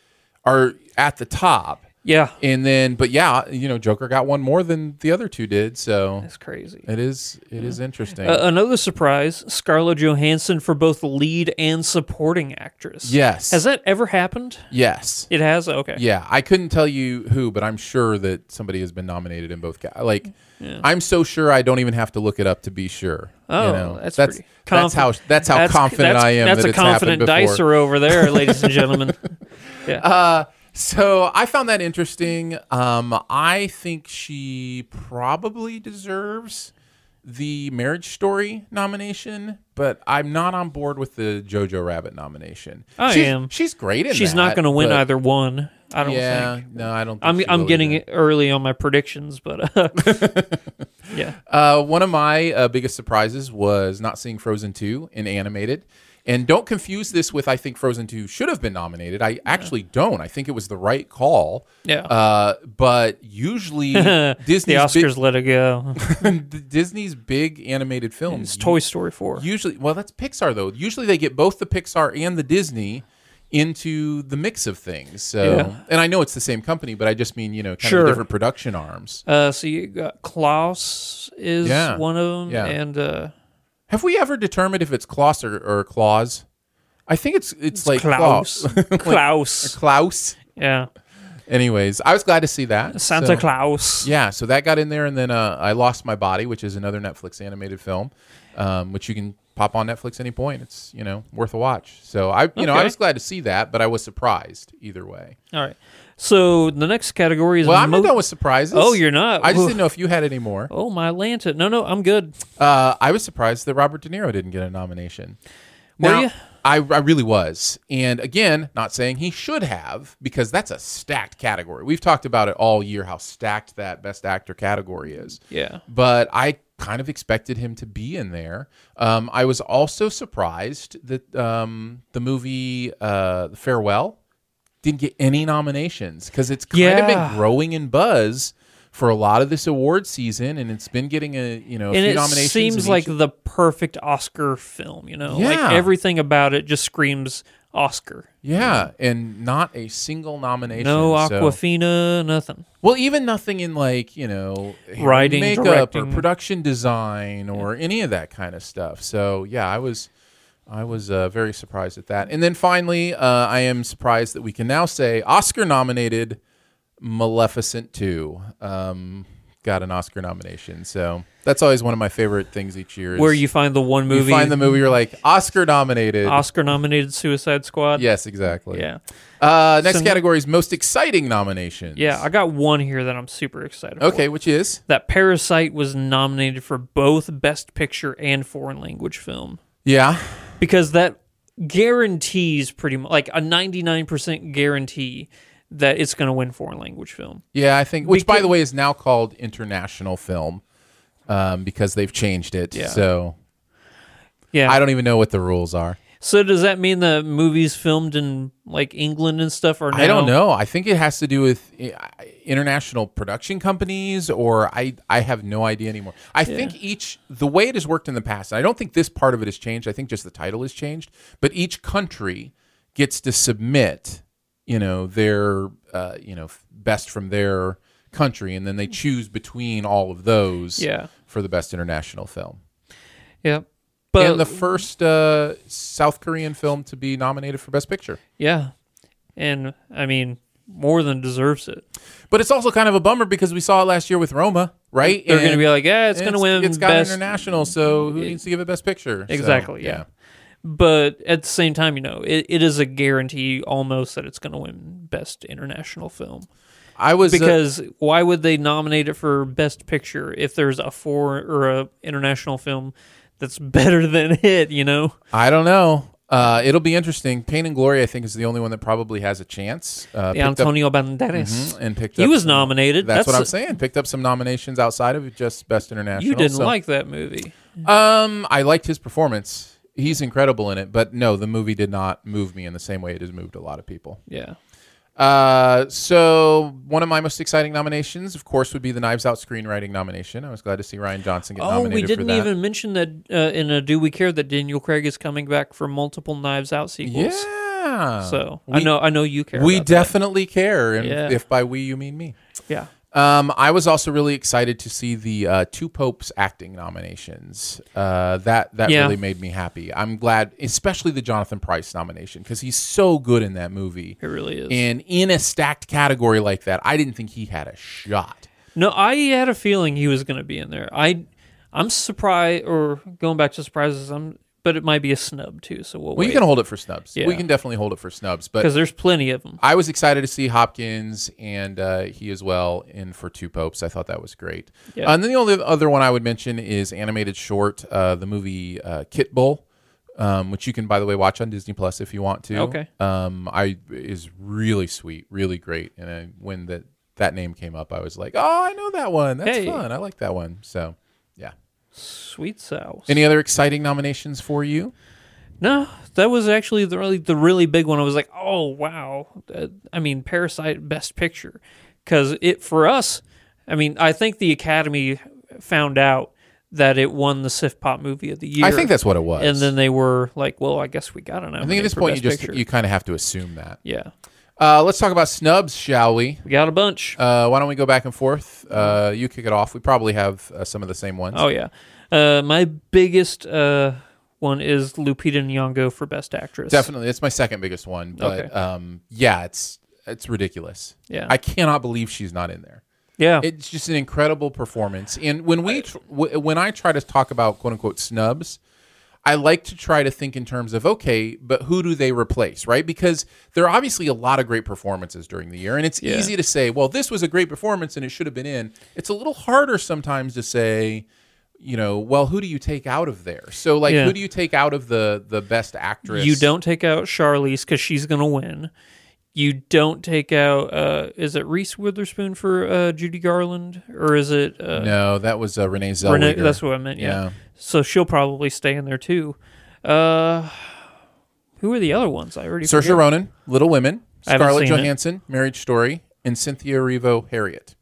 Speaker 1: are at the top,
Speaker 3: Yeah.
Speaker 1: and then but yeah, you know, Joker got one more than the other two did. So
Speaker 3: That's crazy.
Speaker 1: it is it is interesting.
Speaker 3: Uh, another surprise: Scarlett Johansson for both lead and supporting actress.
Speaker 1: yes.
Speaker 3: Has that ever happened?
Speaker 1: yes.
Speaker 3: It has. Okay.
Speaker 1: Yeah, I couldn't tell you who, but I'm sure that somebody has been nominated in both. Ca- like, I'm so sure I don't even have to look it up to be sure.
Speaker 3: Oh,
Speaker 1: you know?
Speaker 3: that's
Speaker 1: that's
Speaker 3: pretty
Speaker 1: that's how
Speaker 3: confi-
Speaker 1: that's how
Speaker 3: that's-
Speaker 1: confident
Speaker 3: that's-
Speaker 1: I am.
Speaker 3: That's
Speaker 1: that
Speaker 3: a
Speaker 1: it's
Speaker 3: confident
Speaker 1: happened before. Uh,
Speaker 3: dicer over there, ladies and gentlemen. Yeah.
Speaker 1: So I found that interesting. Um, I think she probably deserves the Marriage Story nomination, but I'm not on board with the Jojo Rabbit nomination.
Speaker 3: I
Speaker 1: She's-
Speaker 3: am.
Speaker 1: She's great in
Speaker 3: She's
Speaker 1: that,
Speaker 3: not going to win
Speaker 1: but-
Speaker 3: either one. I don't
Speaker 1: Yeah,
Speaker 3: think.
Speaker 1: no, I don't. Think
Speaker 3: I'm
Speaker 1: she
Speaker 3: I'm
Speaker 1: will
Speaker 3: getting
Speaker 1: either.
Speaker 3: it early on my predictions, but uh, yeah.
Speaker 1: Uh, one of my uh, biggest surprises was not seeing Frozen 2 in animated. And don't confuse this with I think Frozen 2 should have been nominated. I actually don't. I think it was the right call.
Speaker 3: Yeah.
Speaker 1: Uh, but usually
Speaker 3: the
Speaker 1: Disney's
Speaker 3: Oscars let it go.
Speaker 1: big, Disney's big animated films
Speaker 3: It's Toy Story four.
Speaker 1: usually well that's Pixar though. Usually they get both the Pixar and the Disney into the mix of things. So
Speaker 3: Yeah.
Speaker 1: and I know it's the same company, but I just mean, you know, kind
Speaker 3: Sure.
Speaker 1: of different production arms.
Speaker 3: Uh, so you got Klaus is
Speaker 1: Yeah.
Speaker 3: one of them,
Speaker 1: Yeah.
Speaker 3: and uh,
Speaker 1: Have we ever determined if it's Klaus or, or Claus? I think it's it's, like
Speaker 3: Klaus.
Speaker 1: Klaus.
Speaker 3: Klaus.
Speaker 1: Klaus.
Speaker 3: Yeah.
Speaker 1: Anyways, I was glad to see that.
Speaker 3: Santa
Speaker 1: So-
Speaker 3: Claus.
Speaker 1: Yeah, so that got in there, and then uh, I Lost My Body, which is another Netflix animated film, um, which you can pop on Netflix any point. It's you know worth a watch. So I you know I
Speaker 3: Okay.
Speaker 1: was glad to see that, but I was surprised either way.
Speaker 3: All right. So the next category is
Speaker 1: Well, I'm
Speaker 3: mo-
Speaker 1: not done with surprises.
Speaker 3: Oh, you're not?
Speaker 1: I just
Speaker 3: Oof.
Speaker 1: didn't know if you had any more.
Speaker 3: Oh my lanta! No, no, I'm good.
Speaker 1: Uh, I was surprised that Robert De Niro didn't get a nomination.
Speaker 3: Were
Speaker 1: Now,
Speaker 3: you?
Speaker 1: I, I really was. And again, not saying he should have, because that's a stacked category. We've talked about it all year how stacked that best actor category is.
Speaker 3: Yeah.
Speaker 1: But I kind of expected him to be in there. Um, I was also surprised that um, the movie uh, Farewell didn't get any nominations because it's kind of
Speaker 3: Yeah.
Speaker 1: been growing in buzz for a lot of this award season, and it's been getting a you know a
Speaker 3: and
Speaker 1: few
Speaker 3: it
Speaker 1: nominations.
Speaker 3: seems
Speaker 1: in
Speaker 3: like
Speaker 1: each-
Speaker 3: the perfect Oscar film. You know, like
Speaker 1: Yeah.
Speaker 3: everything about it just screams Oscar.
Speaker 1: yeah, and not a single nomination.
Speaker 3: No
Speaker 1: so-
Speaker 3: Aquafina, nothing.
Speaker 1: Well, even nothing in like you know hair and
Speaker 3: Writing,
Speaker 1: makeup, or
Speaker 3: directing.
Speaker 1: production design, or any of that kind of stuff. So yeah, I was, I was uh, very surprised at that. And then finally, uh, I am surprised that we can now say Oscar nominated Maleficent two um, got an Oscar nomination. So that's always one of my favorite things each year. Is
Speaker 3: Where you find the one
Speaker 1: you
Speaker 3: movie,
Speaker 1: find the movie, you're like Oscar nominated.
Speaker 3: Oscar-nominated Suicide Squad.
Speaker 1: Yes, exactly.
Speaker 3: yeah,
Speaker 1: Uh, next
Speaker 3: So-
Speaker 1: category is most exciting nominations.
Speaker 3: yeah. I got one here that I'm super excited. for.
Speaker 1: Okay, which is
Speaker 3: that Parasite was nominated for both Best Picture and Foreign Language Film
Speaker 1: yeah.
Speaker 3: because that guarantees pretty much like a 99% guarantee that it's going to win Foreign Language Film.
Speaker 1: Yeah, I think. Which, by
Speaker 3: Because-
Speaker 1: the way, is now called international film um, because they've changed it.
Speaker 3: Yeah.
Speaker 1: So
Speaker 3: Yeah.
Speaker 1: I don't even know what the rules are.
Speaker 3: so does that mean the movies filmed in like England and stuff are now
Speaker 1: I don't know. I think it has to do with eh, i- international production companies, or I I have no idea anymore. I think each the way it has worked in the past. And I don't think this part of it has changed. I think just the title has changed. But each country gets to submit, you know, their uh, you know f- best from their country, and then they choose between all of those.
Speaker 3: Yeah.
Speaker 1: For the best international film.
Speaker 3: Yeah. But
Speaker 1: and the first uh, South Korean film to be nominated for Best Picture.
Speaker 3: yeah. And I mean more than deserves it.
Speaker 1: But it's also kind of a bummer because we saw it last year with Roma, right?
Speaker 3: They're going to
Speaker 1: And-
Speaker 3: be like, "Yeah, it's
Speaker 1: and
Speaker 3: going to win
Speaker 1: It's got
Speaker 3: best
Speaker 1: international, so who needs to give it Best Picture? So,
Speaker 3: Exactly, yeah. But at the same time, you know, it, it is a guarantee almost that it's going to win Best International Film.
Speaker 1: I was uh,
Speaker 3: Because why would they nominate it for Best Picture if there's a foreign or a international film that's better than it? You know,
Speaker 1: I don't know. Uh, it'll be interesting. Pain and Glory, I think, is the only one that probably has a chance. Uh,
Speaker 3: the
Speaker 1: picked up- Mm, Mm-hmm,
Speaker 3: Antonio Banderas.
Speaker 1: and picked
Speaker 3: He
Speaker 1: up
Speaker 3: was
Speaker 1: some-
Speaker 3: nominated.
Speaker 1: That's, what
Speaker 3: That's
Speaker 1: I'm
Speaker 3: a-
Speaker 1: saying. Picked up some nominations outside of just Best International.
Speaker 3: You didn't
Speaker 1: so-
Speaker 3: like that movie.
Speaker 1: Um, I liked his performance. He's incredible in it, but no, the movie did not move me in the same way it has moved a lot of people.
Speaker 3: Yeah.
Speaker 1: Uh, so one of my most exciting nominations, of course, would be the Knives Out screenwriting nomination. I was glad to see Ryan Johnson get
Speaker 3: Oh,
Speaker 1: nominated
Speaker 3: we
Speaker 1: for
Speaker 3: didn't
Speaker 1: that.
Speaker 3: even mention that uh, in a Do We Care that Daniel Craig is coming back for multiple Knives Out sequels.
Speaker 1: yeah.
Speaker 3: So I
Speaker 1: We-
Speaker 3: know I know you care.
Speaker 1: we
Speaker 3: about that.
Speaker 1: definitely care, and
Speaker 3: Yeah.
Speaker 1: if by we you mean me.
Speaker 3: yeah.
Speaker 1: Um, I was also really excited to see the uh, two popes acting nominations. Uh, that that
Speaker 3: Yeah.
Speaker 1: really made me happy. I'm glad, especially the Jonathan Price nomination, because he's so good in that movie.
Speaker 3: It really is.
Speaker 1: And in a stacked category like that, I didn't think he had a shot.
Speaker 3: No, I had a feeling he was going to be in there. I, I'm surprised, or going back to surprises. I'm, but it might be a snub too. So we'll,
Speaker 1: Well, you can hold it for snubs.
Speaker 3: Yeah.
Speaker 1: We can definitely hold it for snubs.
Speaker 3: because
Speaker 1: But
Speaker 3: there's plenty of them.
Speaker 1: I was excited to see Hopkins and uh, he as well in for Two Popes. I thought that was great. Uh,
Speaker 3: Yeah.
Speaker 1: and then the only other one I would mention is animated short, uh, the movie uh, Kit Bull. Um, which you can, by the way, watch on Disney Plus if you want to.
Speaker 3: Okay.
Speaker 1: Um, I is really sweet, really great, and I, when that that name came up, I was like, oh, I know that one. That's
Speaker 3: Hey.
Speaker 1: fun. I like that one. So, yeah.
Speaker 3: Sweet sauce.
Speaker 1: Any other exciting nominations for you?
Speaker 3: no, that was actually the really the really big one. I was like, oh wow. Uh, I mean, Parasite Best Picture, because it for us. I mean, I think the Academy found out that it won the SIF Pop Movie of the Year.
Speaker 1: I think that's what it was.
Speaker 3: And then they were like, well, I guess we got to know.
Speaker 1: I think at this point you just you kind of have to assume that.
Speaker 3: yeah,
Speaker 1: Uh, let's talk about snubs, shall we?
Speaker 3: we got a bunch.
Speaker 1: Uh, why don't we go back and forth? Uh, you kick it off. We probably have uh, some of the same ones.
Speaker 3: Oh yeah. Uh, my biggest uh, one is Lupita Nyong'o for Best Actress.
Speaker 1: definitely. It's my second biggest one, but
Speaker 3: Okay.
Speaker 1: um, yeah, it's it's ridiculous.
Speaker 3: Yeah.
Speaker 1: I cannot believe she's not in there.
Speaker 3: Yeah.
Speaker 1: It's just an incredible performance. And when we tr- w- when I try to talk about quote unquote snubs, I like to try to think in terms of okay, but who do they replace, right? Because there are obviously a lot of great performances during the year, and it's easy to say, well, this was a great performance and it should have been in. It's a little harder sometimes to say, you know, well, who do you take out of there? So like,
Speaker 3: Yeah.
Speaker 1: who do you take out of the the best actress?
Speaker 3: You don't take out Charlize because she's gonna win. You don't take out. Uh, is it Reese Witherspoon for uh, Judy Garland, or is it uh,
Speaker 1: No, that was uh, Renee Zellweger.
Speaker 3: Renee- that's what I meant. Yeah.
Speaker 1: Yeah.
Speaker 3: So she'll probably stay in there too. Uh, who are the other ones? I already
Speaker 1: Saoirse
Speaker 3: forget.
Speaker 1: Ronan, Little Women,
Speaker 3: I haven't
Speaker 1: Scarlett
Speaker 3: seen it.
Speaker 1: Johansson, Marriage Story, and Cynthia Erivo, Harriet.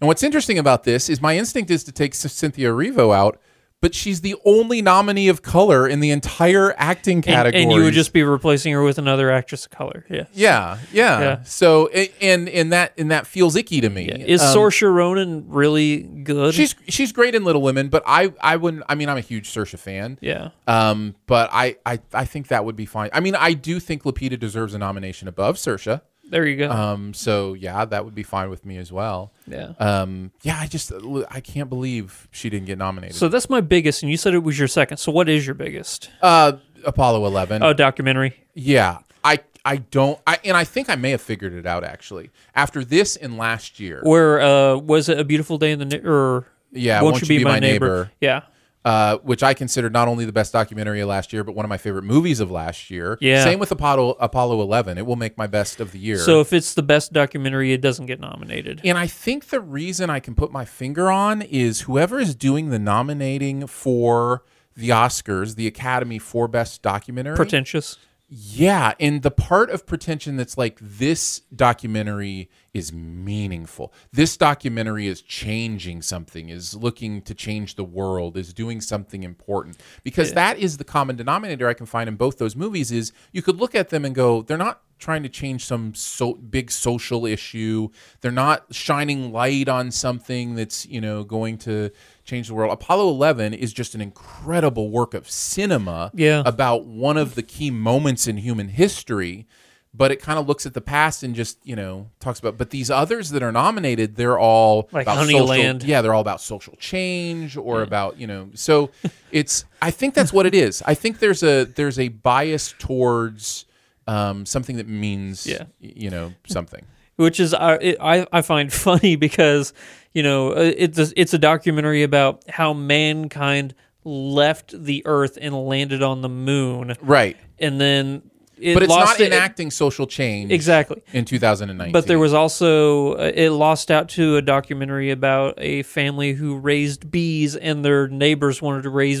Speaker 1: And what's interesting about this is my instinct is to take S- Cynthia Erivo out, but she's the only nominee of color in the entire acting
Speaker 3: And,
Speaker 1: category.
Speaker 3: and you would just be replacing her with another actress of color. Yeah.
Speaker 1: yeah, yeah,
Speaker 3: Yeah.
Speaker 1: So a- and and that and that feels icky to me.
Speaker 3: Is
Speaker 1: Um,
Speaker 3: Saoirse Ronan really good?
Speaker 1: she's she's great in Little Women, but I I wouldn't. I mean, I'm a huge Saoirse fan.
Speaker 3: yeah.
Speaker 1: Um, but I, I I think that would be fine. I mean, I do think Lupita deserves a nomination above Saoirse.
Speaker 3: There you go.
Speaker 1: Um, so yeah, that would be fine with me as well.
Speaker 3: yeah.
Speaker 1: Um, yeah, I just I can't believe she didn't get nominated.
Speaker 3: So that's my biggest, and you said it was your second. So what is your biggest?
Speaker 1: uh, Apollo Eleven.
Speaker 3: Oh, documentary.
Speaker 1: yeah, I I don't I and I think I may have figured it out actually after this and last year.
Speaker 3: Where uh, was it? A beautiful day in the ne- or
Speaker 1: Yeah, Won't You Be My Neighbor.
Speaker 3: Yeah,
Speaker 1: uh, which I considered not only the best documentary of last year, but one of my favorite movies of last year.
Speaker 3: Yeah.
Speaker 1: Same with Apollo Apollo Eleven. It will make my best of the year.
Speaker 3: So if it's the best documentary, it doesn't get nominated.
Speaker 1: And I think the reason I can put my finger on is whoever is doing the nominating for the Oscars, the Academy for Best Documentary.
Speaker 3: Pretentious.
Speaker 1: Yeah, and the part of pretension that's like this documentary is meaningful. This documentary is changing something, is looking to change the world, is doing something important. Because that is the common denominator I can find in both those movies is you could look at them and go, they're not trying to change some so big social issue. They're not shining light on something that's, you know, going to change the world. Apollo 11 is just an incredible work of cinema
Speaker 3: Yeah.
Speaker 1: about one of the key moments in human history, but it kind of looks at the past and just you know talks about. But these others that are nominated, they're all
Speaker 3: Like
Speaker 1: about
Speaker 3: Honey
Speaker 1: social-
Speaker 3: Land. Mm.
Speaker 1: Yeah, they're all about social change or about you know. So it's I think that's what it is. I think there's a there's a bias towards um, something that means
Speaker 3: Yeah.
Speaker 1: y- you know something.
Speaker 3: which is I it, I, I find funny because you know uh, it's a, it's a documentary about how mankind left the Earth and landed on the moon,
Speaker 1: Right.
Speaker 3: and then it
Speaker 1: But it's
Speaker 3: lost
Speaker 1: not
Speaker 3: it-
Speaker 1: enacting social change
Speaker 3: exactly.
Speaker 1: in 2019.
Speaker 3: But there was also uh, it lost out to a documentary about a family who raised bees and their neighbors wanted to raise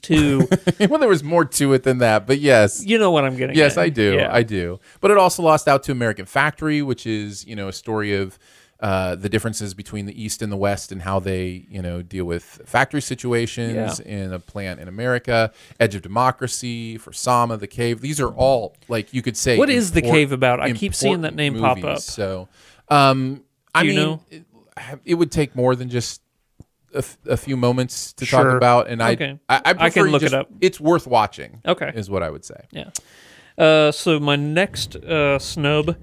Speaker 3: too.
Speaker 1: well, there was more to it than that. But yes,
Speaker 3: you know what I'm getting?
Speaker 1: Yes,
Speaker 3: at.
Speaker 1: I do.
Speaker 3: Yeah.
Speaker 1: I do. But it also lost out to American Factory, which is you know a story of uh, the differences between the East and the West and how they you know deal with factory situations
Speaker 3: Yeah.
Speaker 1: in a plant in America. Edge of Democracy for Sama, The Cave. These are all like you could say.
Speaker 3: What is The
Speaker 1: import-
Speaker 3: Cave about? I keep seeing that
Speaker 1: important
Speaker 3: name pop
Speaker 1: movies.
Speaker 3: up.
Speaker 1: So, um, I
Speaker 3: Do you
Speaker 1: mean,
Speaker 3: know?
Speaker 1: It, it would take more than just. A, f- a few moments to
Speaker 3: Sure.
Speaker 1: talk about, and I,
Speaker 3: Okay.
Speaker 1: I,
Speaker 3: I
Speaker 1: I,
Speaker 3: can
Speaker 1: prefer you
Speaker 3: look
Speaker 1: just-
Speaker 3: it up.
Speaker 1: It's worth watching.
Speaker 3: Okay.
Speaker 1: is what I would say.
Speaker 3: Yeah. Uh, so my next uh, snub,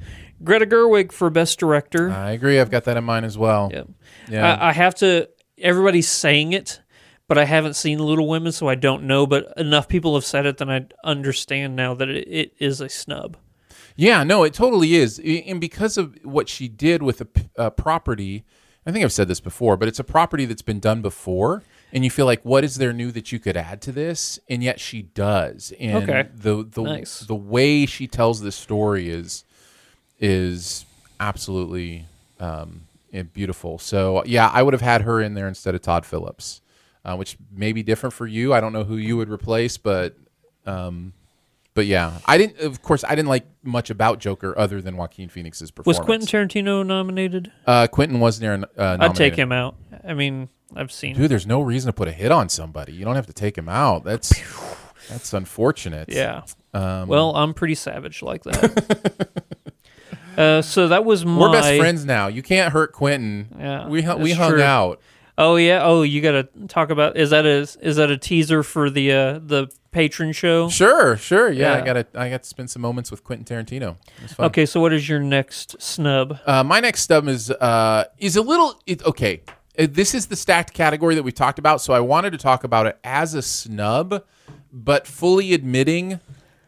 Speaker 3: Greta Gerwig for best director.
Speaker 1: I agree. I've got that in mind as well.
Speaker 3: Yep.
Speaker 1: Uh, Yeah.
Speaker 3: I, I have to. Everybody's saying it, but I haven't seen Little Women, so I don't know. But enough people have said it that I understand now that it, it is a snub.
Speaker 1: Yeah, no, it totally is. I- And because of what she did with a p- a property, I think I've said this before, but it's a property that's been done before. And you feel like, what is there new that you could add to this? And yet she does. And
Speaker 3: Okay.
Speaker 1: the the,
Speaker 3: Nice.
Speaker 1: the way she tells this story is is absolutely um, eh, beautiful. So yeah, I would have had her in there instead of Todd Phillips, uh, which may be different for you. I don't know who you would replace, but um, but yeah, I didn't. Of course, I didn't like much about Joker other than Joaquin Phoenix's
Speaker 3: Was
Speaker 1: performance.
Speaker 3: Quentin Tarantino nominated?
Speaker 1: Uh, Quentin was there. Uh,
Speaker 3: I'd take
Speaker 1: nominated.
Speaker 3: him out. I mean, I've seen.
Speaker 1: Dude, there's no reason to put a hit on somebody. You don't have to take him out. That's that's unfortunate.
Speaker 3: Yeah. well, I'm pretty savage like that. uh, so that was my.
Speaker 1: We're best friends now. You can't hurt Quentin.
Speaker 3: Yeah,
Speaker 1: we hu- we
Speaker 3: that's
Speaker 1: hung
Speaker 3: true.
Speaker 1: out.
Speaker 3: Oh yeah. Oh, you got to talk about is that a is that a teaser for the uh, the patron show?
Speaker 1: Sure, sure. Yeah, I
Speaker 3: Yeah.
Speaker 1: got to I got to spend some moments with Quentin Tarantino. It was fun.
Speaker 3: Okay, so what is your next snub?
Speaker 1: Uh, my next stub is uh, is a little it, okay. Uh, This is the stacked category that we talked about, so I wanted to talk about it as a snub, but fully admitting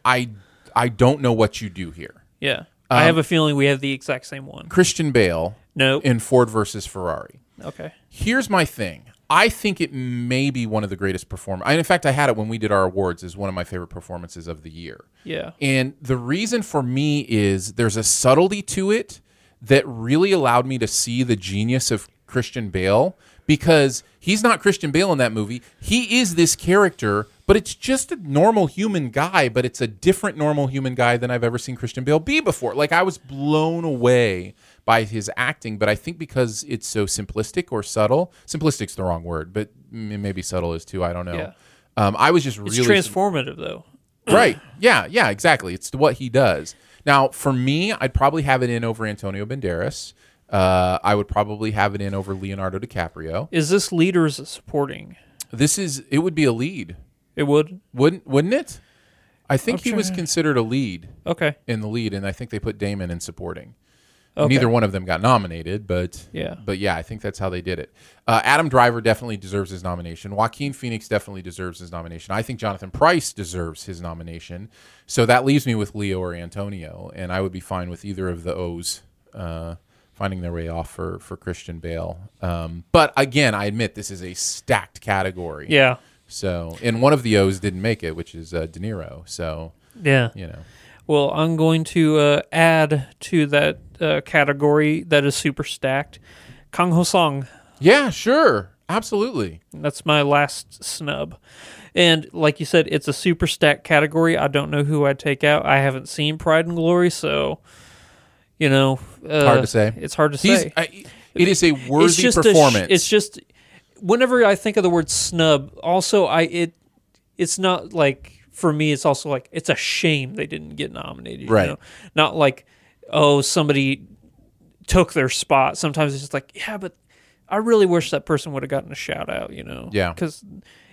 Speaker 1: I I don't know what you do here.
Speaker 3: Yeah, I have a feeling we have the exact same one.
Speaker 1: Christian Bale
Speaker 3: Nope.
Speaker 1: in Ford versus Ferrari.
Speaker 3: Okay.
Speaker 1: Here's my thing. I think it may be one of the greatest performers. In fact, I had it when we did our awards as one of my favorite performances of the year.
Speaker 3: Yeah.
Speaker 1: And the reason for me is there's a subtlety to it that really allowed me to see the genius of Christian Bale because he's not Christian Bale in that movie. He is this character, but it's just a normal human guy, but it's a different normal human guy than I've ever seen Christian Bale be before. Like I was blown away by his acting, but I think because it's so simplistic or subtle, simplistic's the wrong word, but m- maybe subtle is too, I don't know.
Speaker 3: Yeah.
Speaker 1: Um, I was just
Speaker 3: It's
Speaker 1: really
Speaker 3: transformative though.
Speaker 1: right. Yeah. Yeah. Exactly. It's what he does. Now, for me, I'd probably have it in over Antonio Banderas. Uh, I would probably have it in over Leonardo DiCaprio.
Speaker 3: Is this lead or is it supporting?
Speaker 1: This is it would be a lead,
Speaker 3: It would.
Speaker 1: wouldn't wouldn't it? I think he was considered a lead
Speaker 3: Okay.
Speaker 1: in the lead, and I think they put Damon in supporting.
Speaker 3: Okay.
Speaker 1: Neither one of them got nominated, but
Speaker 3: Yeah.
Speaker 1: but yeah, I think that's how they did it. Uh, Adam Driver definitely deserves his nomination. Joaquin Phoenix definitely deserves his nomination. I think Jonathan Price deserves his nomination. So that leaves me with Leo or Antonio, and I would be fine with either of the O's uh, finding their way off for for Christian Bale. Um, but again, I admit this is a stacked category.
Speaker 3: Yeah.
Speaker 1: So and one of the O's didn't make it, which is uh, De Niro. So
Speaker 3: Yeah.
Speaker 1: you know.
Speaker 3: Well, I'm going to uh, add to that uh, category that is super stacked. Kang Ho Song.
Speaker 1: Yeah. Sure. Absolutely.
Speaker 3: That's my last snub. And like you said, it's a super stack category. I don't know who I'd take out. I haven't seen Pride and Glory, so you know, uh,
Speaker 1: hard to say.
Speaker 3: It's hard to
Speaker 1: He's-
Speaker 3: say.
Speaker 1: I- it is a worthy
Speaker 3: it's just a sh-
Speaker 1: performance.
Speaker 3: it's just whenever I think of the word snub, also I it it's not like for me. It's also like it's a shame they didn't get nominated. you
Speaker 1: Right.
Speaker 3: know? Not like oh somebody took their spot. Sometimes it's just like yeah, but I really wish that person would have gotten a shout out. You know.
Speaker 1: Yeah.
Speaker 3: Because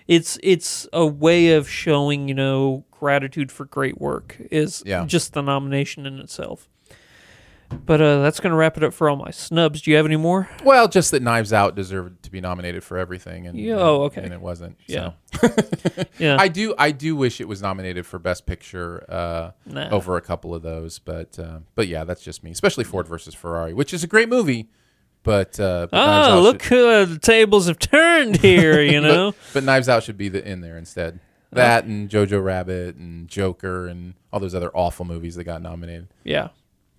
Speaker 3: it's it's a way of showing you know gratitude for great work is
Speaker 1: Yeah.
Speaker 3: just the nomination in itself. But uh, that's going to wrap it up for all my snubs. Do you have any more?
Speaker 1: well, just that Knives Out deserved to be nominated for everything, and
Speaker 3: Yeah, oh, okay.
Speaker 1: and it wasn't.
Speaker 3: Yeah.
Speaker 1: So.
Speaker 3: Yeah.
Speaker 1: I do, I do wish it was nominated for Best Picture uh,
Speaker 3: Nah.
Speaker 1: over a couple of those, but uh, but yeah, that's just me. Especially Ford versus Ferrari, which is a great movie, but, uh, but Knives
Speaker 3: Oh,
Speaker 1: Out
Speaker 3: look
Speaker 1: should-
Speaker 3: who uh, the tables have turned here, you know?
Speaker 1: but Knives Out should be the, in there instead. That and Jojo Rabbit and Joker and all those other awful movies that got nominated.
Speaker 3: yeah.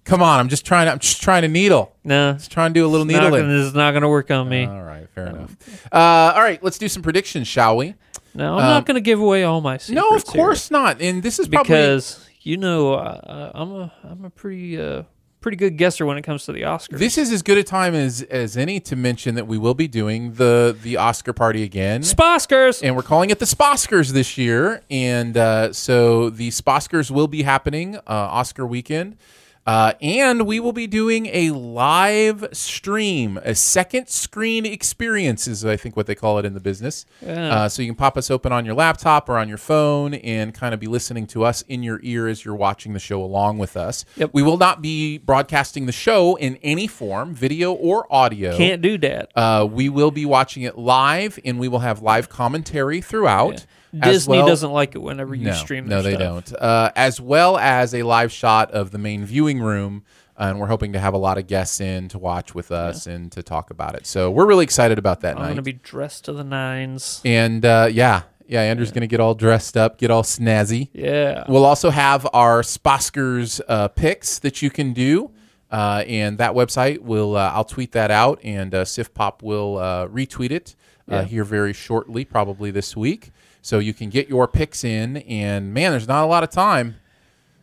Speaker 1: Come on, I'm just trying. I'm just trying to needle.
Speaker 3: No. It's
Speaker 1: Just trying to do a little
Speaker 3: not
Speaker 1: needling.
Speaker 3: gonna, this is not going to work on me.
Speaker 1: All right, fair enough. Uh, all right, let's do some predictions, shall we?
Speaker 3: no, I'm not going to give away all my secrets.
Speaker 1: Um, No, of
Speaker 3: here
Speaker 1: course not. And this is probably
Speaker 3: because you know uh, I'm a I'm a pretty uh, pretty good guesser when it comes to the Oscars.
Speaker 1: this is as good a time as as any to mention that we will be doing the the Oscar party again.
Speaker 3: Sposkers.
Speaker 1: and we're calling it the Sposkers this year. And uh, so the Sposkers will be happening uh, Oscar weekend. Uh, and we will be doing a live stream, a second screen experience is I think what they call it in the business. Uh, so you can pop us open on your laptop or on your phone and kind of be listening to us in your ear as you're watching the show along with us.
Speaker 3: Yep.
Speaker 1: We will not be broadcasting the show in any form, video or audio.
Speaker 3: Can't do that.
Speaker 1: Uh, we will be watching it live, and we will have live commentary throughout. uh, as
Speaker 3: Disney
Speaker 1: well-
Speaker 3: doesn't like it whenever you
Speaker 1: no,
Speaker 3: stream
Speaker 1: No,
Speaker 3: their
Speaker 1: they
Speaker 3: stuff.
Speaker 1: don't. Uh, as well as a live shot of the main viewing room, uh, and we're hoping to have a lot of guests in to watch with us and to talk about it. So we're really excited about that
Speaker 3: I'm going to
Speaker 1: night.
Speaker 3: be dressed to the nines.
Speaker 1: and uh, yeah, yeah, Andrew's going to get all dressed up, get all snazzy.
Speaker 3: Yeah.
Speaker 1: We'll also have our Sposkers uh, picks that you can do. Uh, and that website will, uh, I'll tweet that out, and uh, Sif Pop will uh, retweet it uh, here very shortly, probably this week. So you can get your picks in. And man, there's not a lot of time.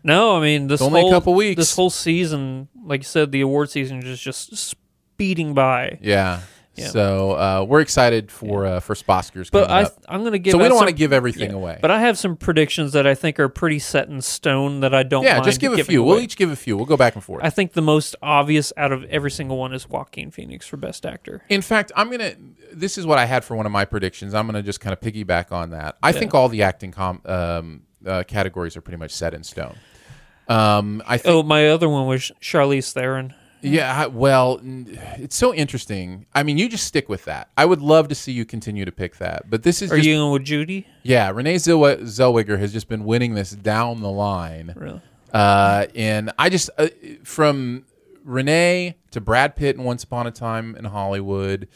Speaker 3: No, I mean this
Speaker 1: only a
Speaker 3: whole
Speaker 1: couple weeks.
Speaker 3: This whole season, like you said, the award season is just just speeding by.
Speaker 1: Yeah. So uh, we're excited for uh, for Sposker's.
Speaker 3: But
Speaker 1: coming
Speaker 3: I,
Speaker 1: up.
Speaker 3: I'm going to give.
Speaker 1: so we
Speaker 3: out
Speaker 1: don't
Speaker 3: some-
Speaker 1: want to give everything away.
Speaker 3: But I have some predictions that I think are pretty set in stone that I don't.
Speaker 1: yeah,
Speaker 3: mind
Speaker 1: just give a
Speaker 3: giving
Speaker 1: few. We'll
Speaker 3: away.
Speaker 1: each give a few. We'll go back and forth.
Speaker 3: I think the most obvious out of every single one is Joaquin Phoenix for Best Actor.
Speaker 1: In fact, I'm going to. This is what I had for one of my predictions. I'm going to just kind of piggyback on that. I think all the acting com, um, uh, categories are pretty much set in stone. Um, I think.
Speaker 3: Oh, my other one was Charlize Theron.
Speaker 1: Yeah. I- Well, n- it's so interesting. I mean, you just stick with that. I would love to see you continue to pick that. But this is
Speaker 3: Are
Speaker 1: just,
Speaker 3: you going with Judy?
Speaker 1: yeah. Renee Zellwe- Zellweger has just been winning this down the line.
Speaker 3: Really?
Speaker 1: Uh, and I just uh, from Renee to Brad Pitt in Once Upon a Time in Hollywood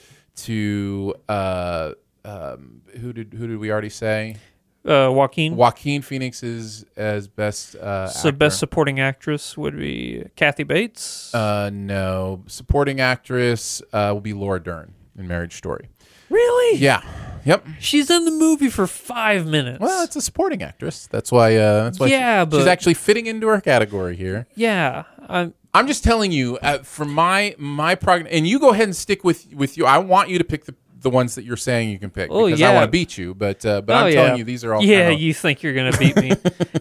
Speaker 1: to uh, um, who did who did we already say?
Speaker 3: Uh, Joaquin.
Speaker 1: Joaquin Phoenix is as best. Uh,
Speaker 3: so
Speaker 1: actor.
Speaker 3: Best Supporting Actress would be Kathy Bates.
Speaker 1: Uh, no, supporting actress uh, will be Laura Dern in Marriage Story.
Speaker 3: really?
Speaker 1: Yeah. Yep.
Speaker 3: She's in the movie for five minutes.
Speaker 1: Well, it's a supporting actress. That's why. Uh, that's why. she-
Speaker 3: Yeah, but-
Speaker 1: she's actually fitting into her category here.
Speaker 3: yeah. I'm,
Speaker 1: I'm just telling you uh, from my my prog- and you go ahead and stick with with you. I want you to pick the, the ones that you're saying you can pick
Speaker 3: Oh,
Speaker 1: because I
Speaker 3: yeah.
Speaker 1: want to beat you. But uh, but
Speaker 3: oh,
Speaker 1: I'm
Speaker 3: yeah.
Speaker 1: telling you these are all
Speaker 3: Yeah,
Speaker 1: kinda-
Speaker 3: you think you're going to beat me.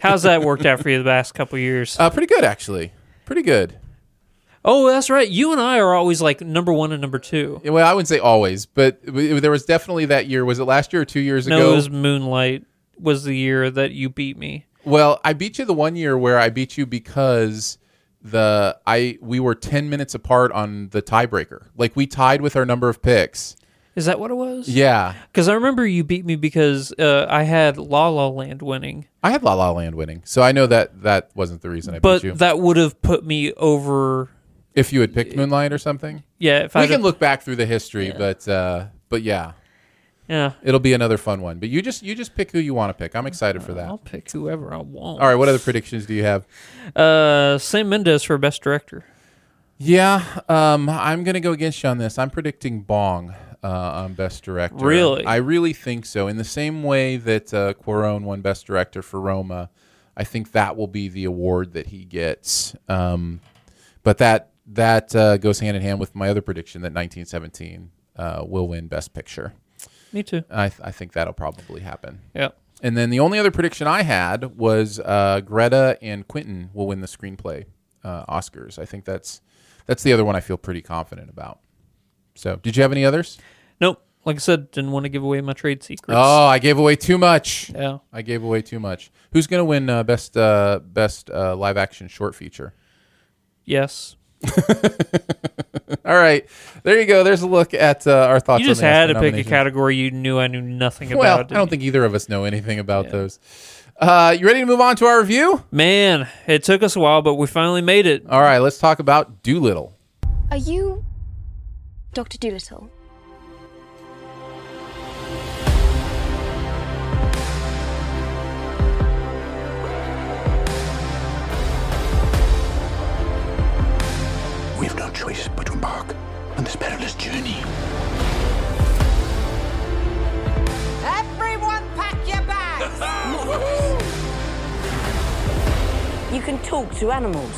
Speaker 3: How's that worked out for you the past couple years?
Speaker 1: uh, pretty good actually, pretty good.
Speaker 3: oh, that's right. You and I are always like number one and number two.
Speaker 1: Yeah, Well, I wouldn't say always, but w- there was definitely that year. Was it last year or two years
Speaker 3: No,
Speaker 1: ago?
Speaker 3: it was Moonlight was the year that you beat me.
Speaker 1: Well, I beat you the one year where I beat you because the I we were ten minutes apart on the tiebreaker. Like we tied with our number of picks.
Speaker 3: Is that what it was?
Speaker 1: Yeah,
Speaker 3: Because I remember you beat me because uh, I had La La Land winning,
Speaker 1: I had La La Land winning, so I know that that wasn't the reason I
Speaker 3: but
Speaker 1: beat you.
Speaker 3: that would have put me over.
Speaker 1: if you had picked Moonlight or something,
Speaker 3: Yeah, if
Speaker 1: we
Speaker 3: I
Speaker 1: can look back through the history. But uh, but yeah,
Speaker 3: Yeah,
Speaker 1: it'll be another fun one. But you just you just pick who you want to pick. I'm excited for that.
Speaker 3: I'll
Speaker 1: All
Speaker 3: pick whoever I want.
Speaker 1: right, what other predictions do you have?
Speaker 3: Uh, Sam Mendes for best director.
Speaker 1: Yeah, um, I'm going to go against you on this. I'm predicting Bong uh, on Best Director.
Speaker 3: Really?
Speaker 1: I really think so. In the same way that uh, Quaron won Best Director for Roma, I think that will be the award that he gets. Um, but that that uh, goes hand in hand with my other prediction that 1917 uh, will win Best Picture.
Speaker 3: Me too.
Speaker 1: I, th- I think that'll probably happen.
Speaker 3: Yeah.
Speaker 1: And then the only other prediction I had was uh, Greta and Quentin will win the screenplay uh, Oscars. I think that's that's the other one I feel pretty confident about. So, did you have any others?
Speaker 3: Nope. Like I said, didn't want to give away my trade secrets.
Speaker 1: Oh, I gave away too much.
Speaker 3: Yeah.
Speaker 1: I gave away too much. Who's going to win uh, best uh, best uh, live action short feature?
Speaker 3: Yes.
Speaker 1: All right, there you go. There's a look at uh, our thoughts.
Speaker 3: You
Speaker 1: on
Speaker 3: just
Speaker 1: the
Speaker 3: had
Speaker 1: Oscar
Speaker 3: to pick a
Speaker 1: nominations.
Speaker 3: category you knew I knew nothing about.
Speaker 1: Well, I
Speaker 3: didn't
Speaker 1: don't
Speaker 3: you?
Speaker 1: think either of us know anything about those. Uh, you ready to move on to our review?
Speaker 3: Man, it took us a while, but we finally made it.
Speaker 1: All right, let's talk about Doolittle.
Speaker 4: Are you Dr. Doolittle?
Speaker 5: We have no choice but to embark on this perilous journey.
Speaker 6: Everyone pack your bags! you can talk to animals.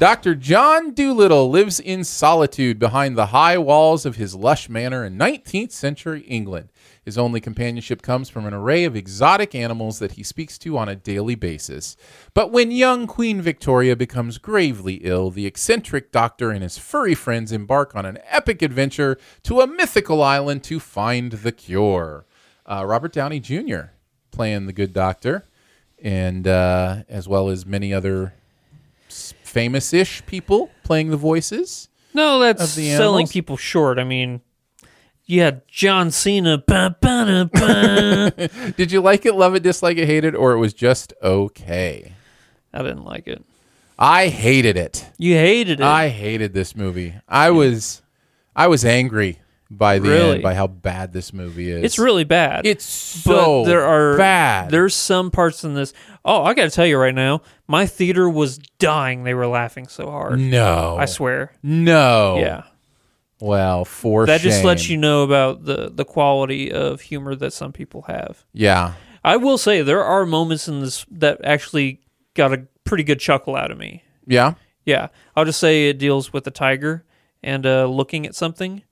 Speaker 1: Dr. John Doolittle lives in solitude behind the high walls of his lush manor in 19th century England. His only companionship comes from an array of exotic animals that he speaks to on a daily basis. But when young Queen Victoria becomes gravely ill, the eccentric doctor and his furry friends embark on an epic adventure to a mythical island to find the cure. Uh, Robert Downey Jr. playing the good doctor, and uh, as well as many other famous ish people playing the voices.
Speaker 3: No, that's
Speaker 1: the
Speaker 3: selling
Speaker 1: animals?
Speaker 3: people short. I mean, you had John Cena. Ba, ba, da, ba.
Speaker 1: Did you like it, love it, dislike it, hate it, or it was just okay?
Speaker 3: I didn't like it.
Speaker 1: I hated it.
Speaker 3: You hated it.
Speaker 1: I hated this movie. I was I was angry by the
Speaker 3: Really?
Speaker 1: end by how bad this movie is.
Speaker 3: it's really bad.
Speaker 1: it's so
Speaker 3: but there are
Speaker 1: bad.
Speaker 3: There's some parts in this. Oh, I got to tell you right now, my theater was dying. They were laughing so hard.
Speaker 1: no.
Speaker 3: I swear.
Speaker 1: No.
Speaker 3: Yeah,
Speaker 1: Well, for
Speaker 3: that just lets you
Speaker 1: shame.
Speaker 3: know about the the quality of humor that some people have.
Speaker 1: Yeah.
Speaker 3: I will say there are moments in this that actually got a pretty good chuckle out of me.
Speaker 1: Yeah.
Speaker 3: Yeah, I'll just say it deals with the tiger, and uh, looking at something,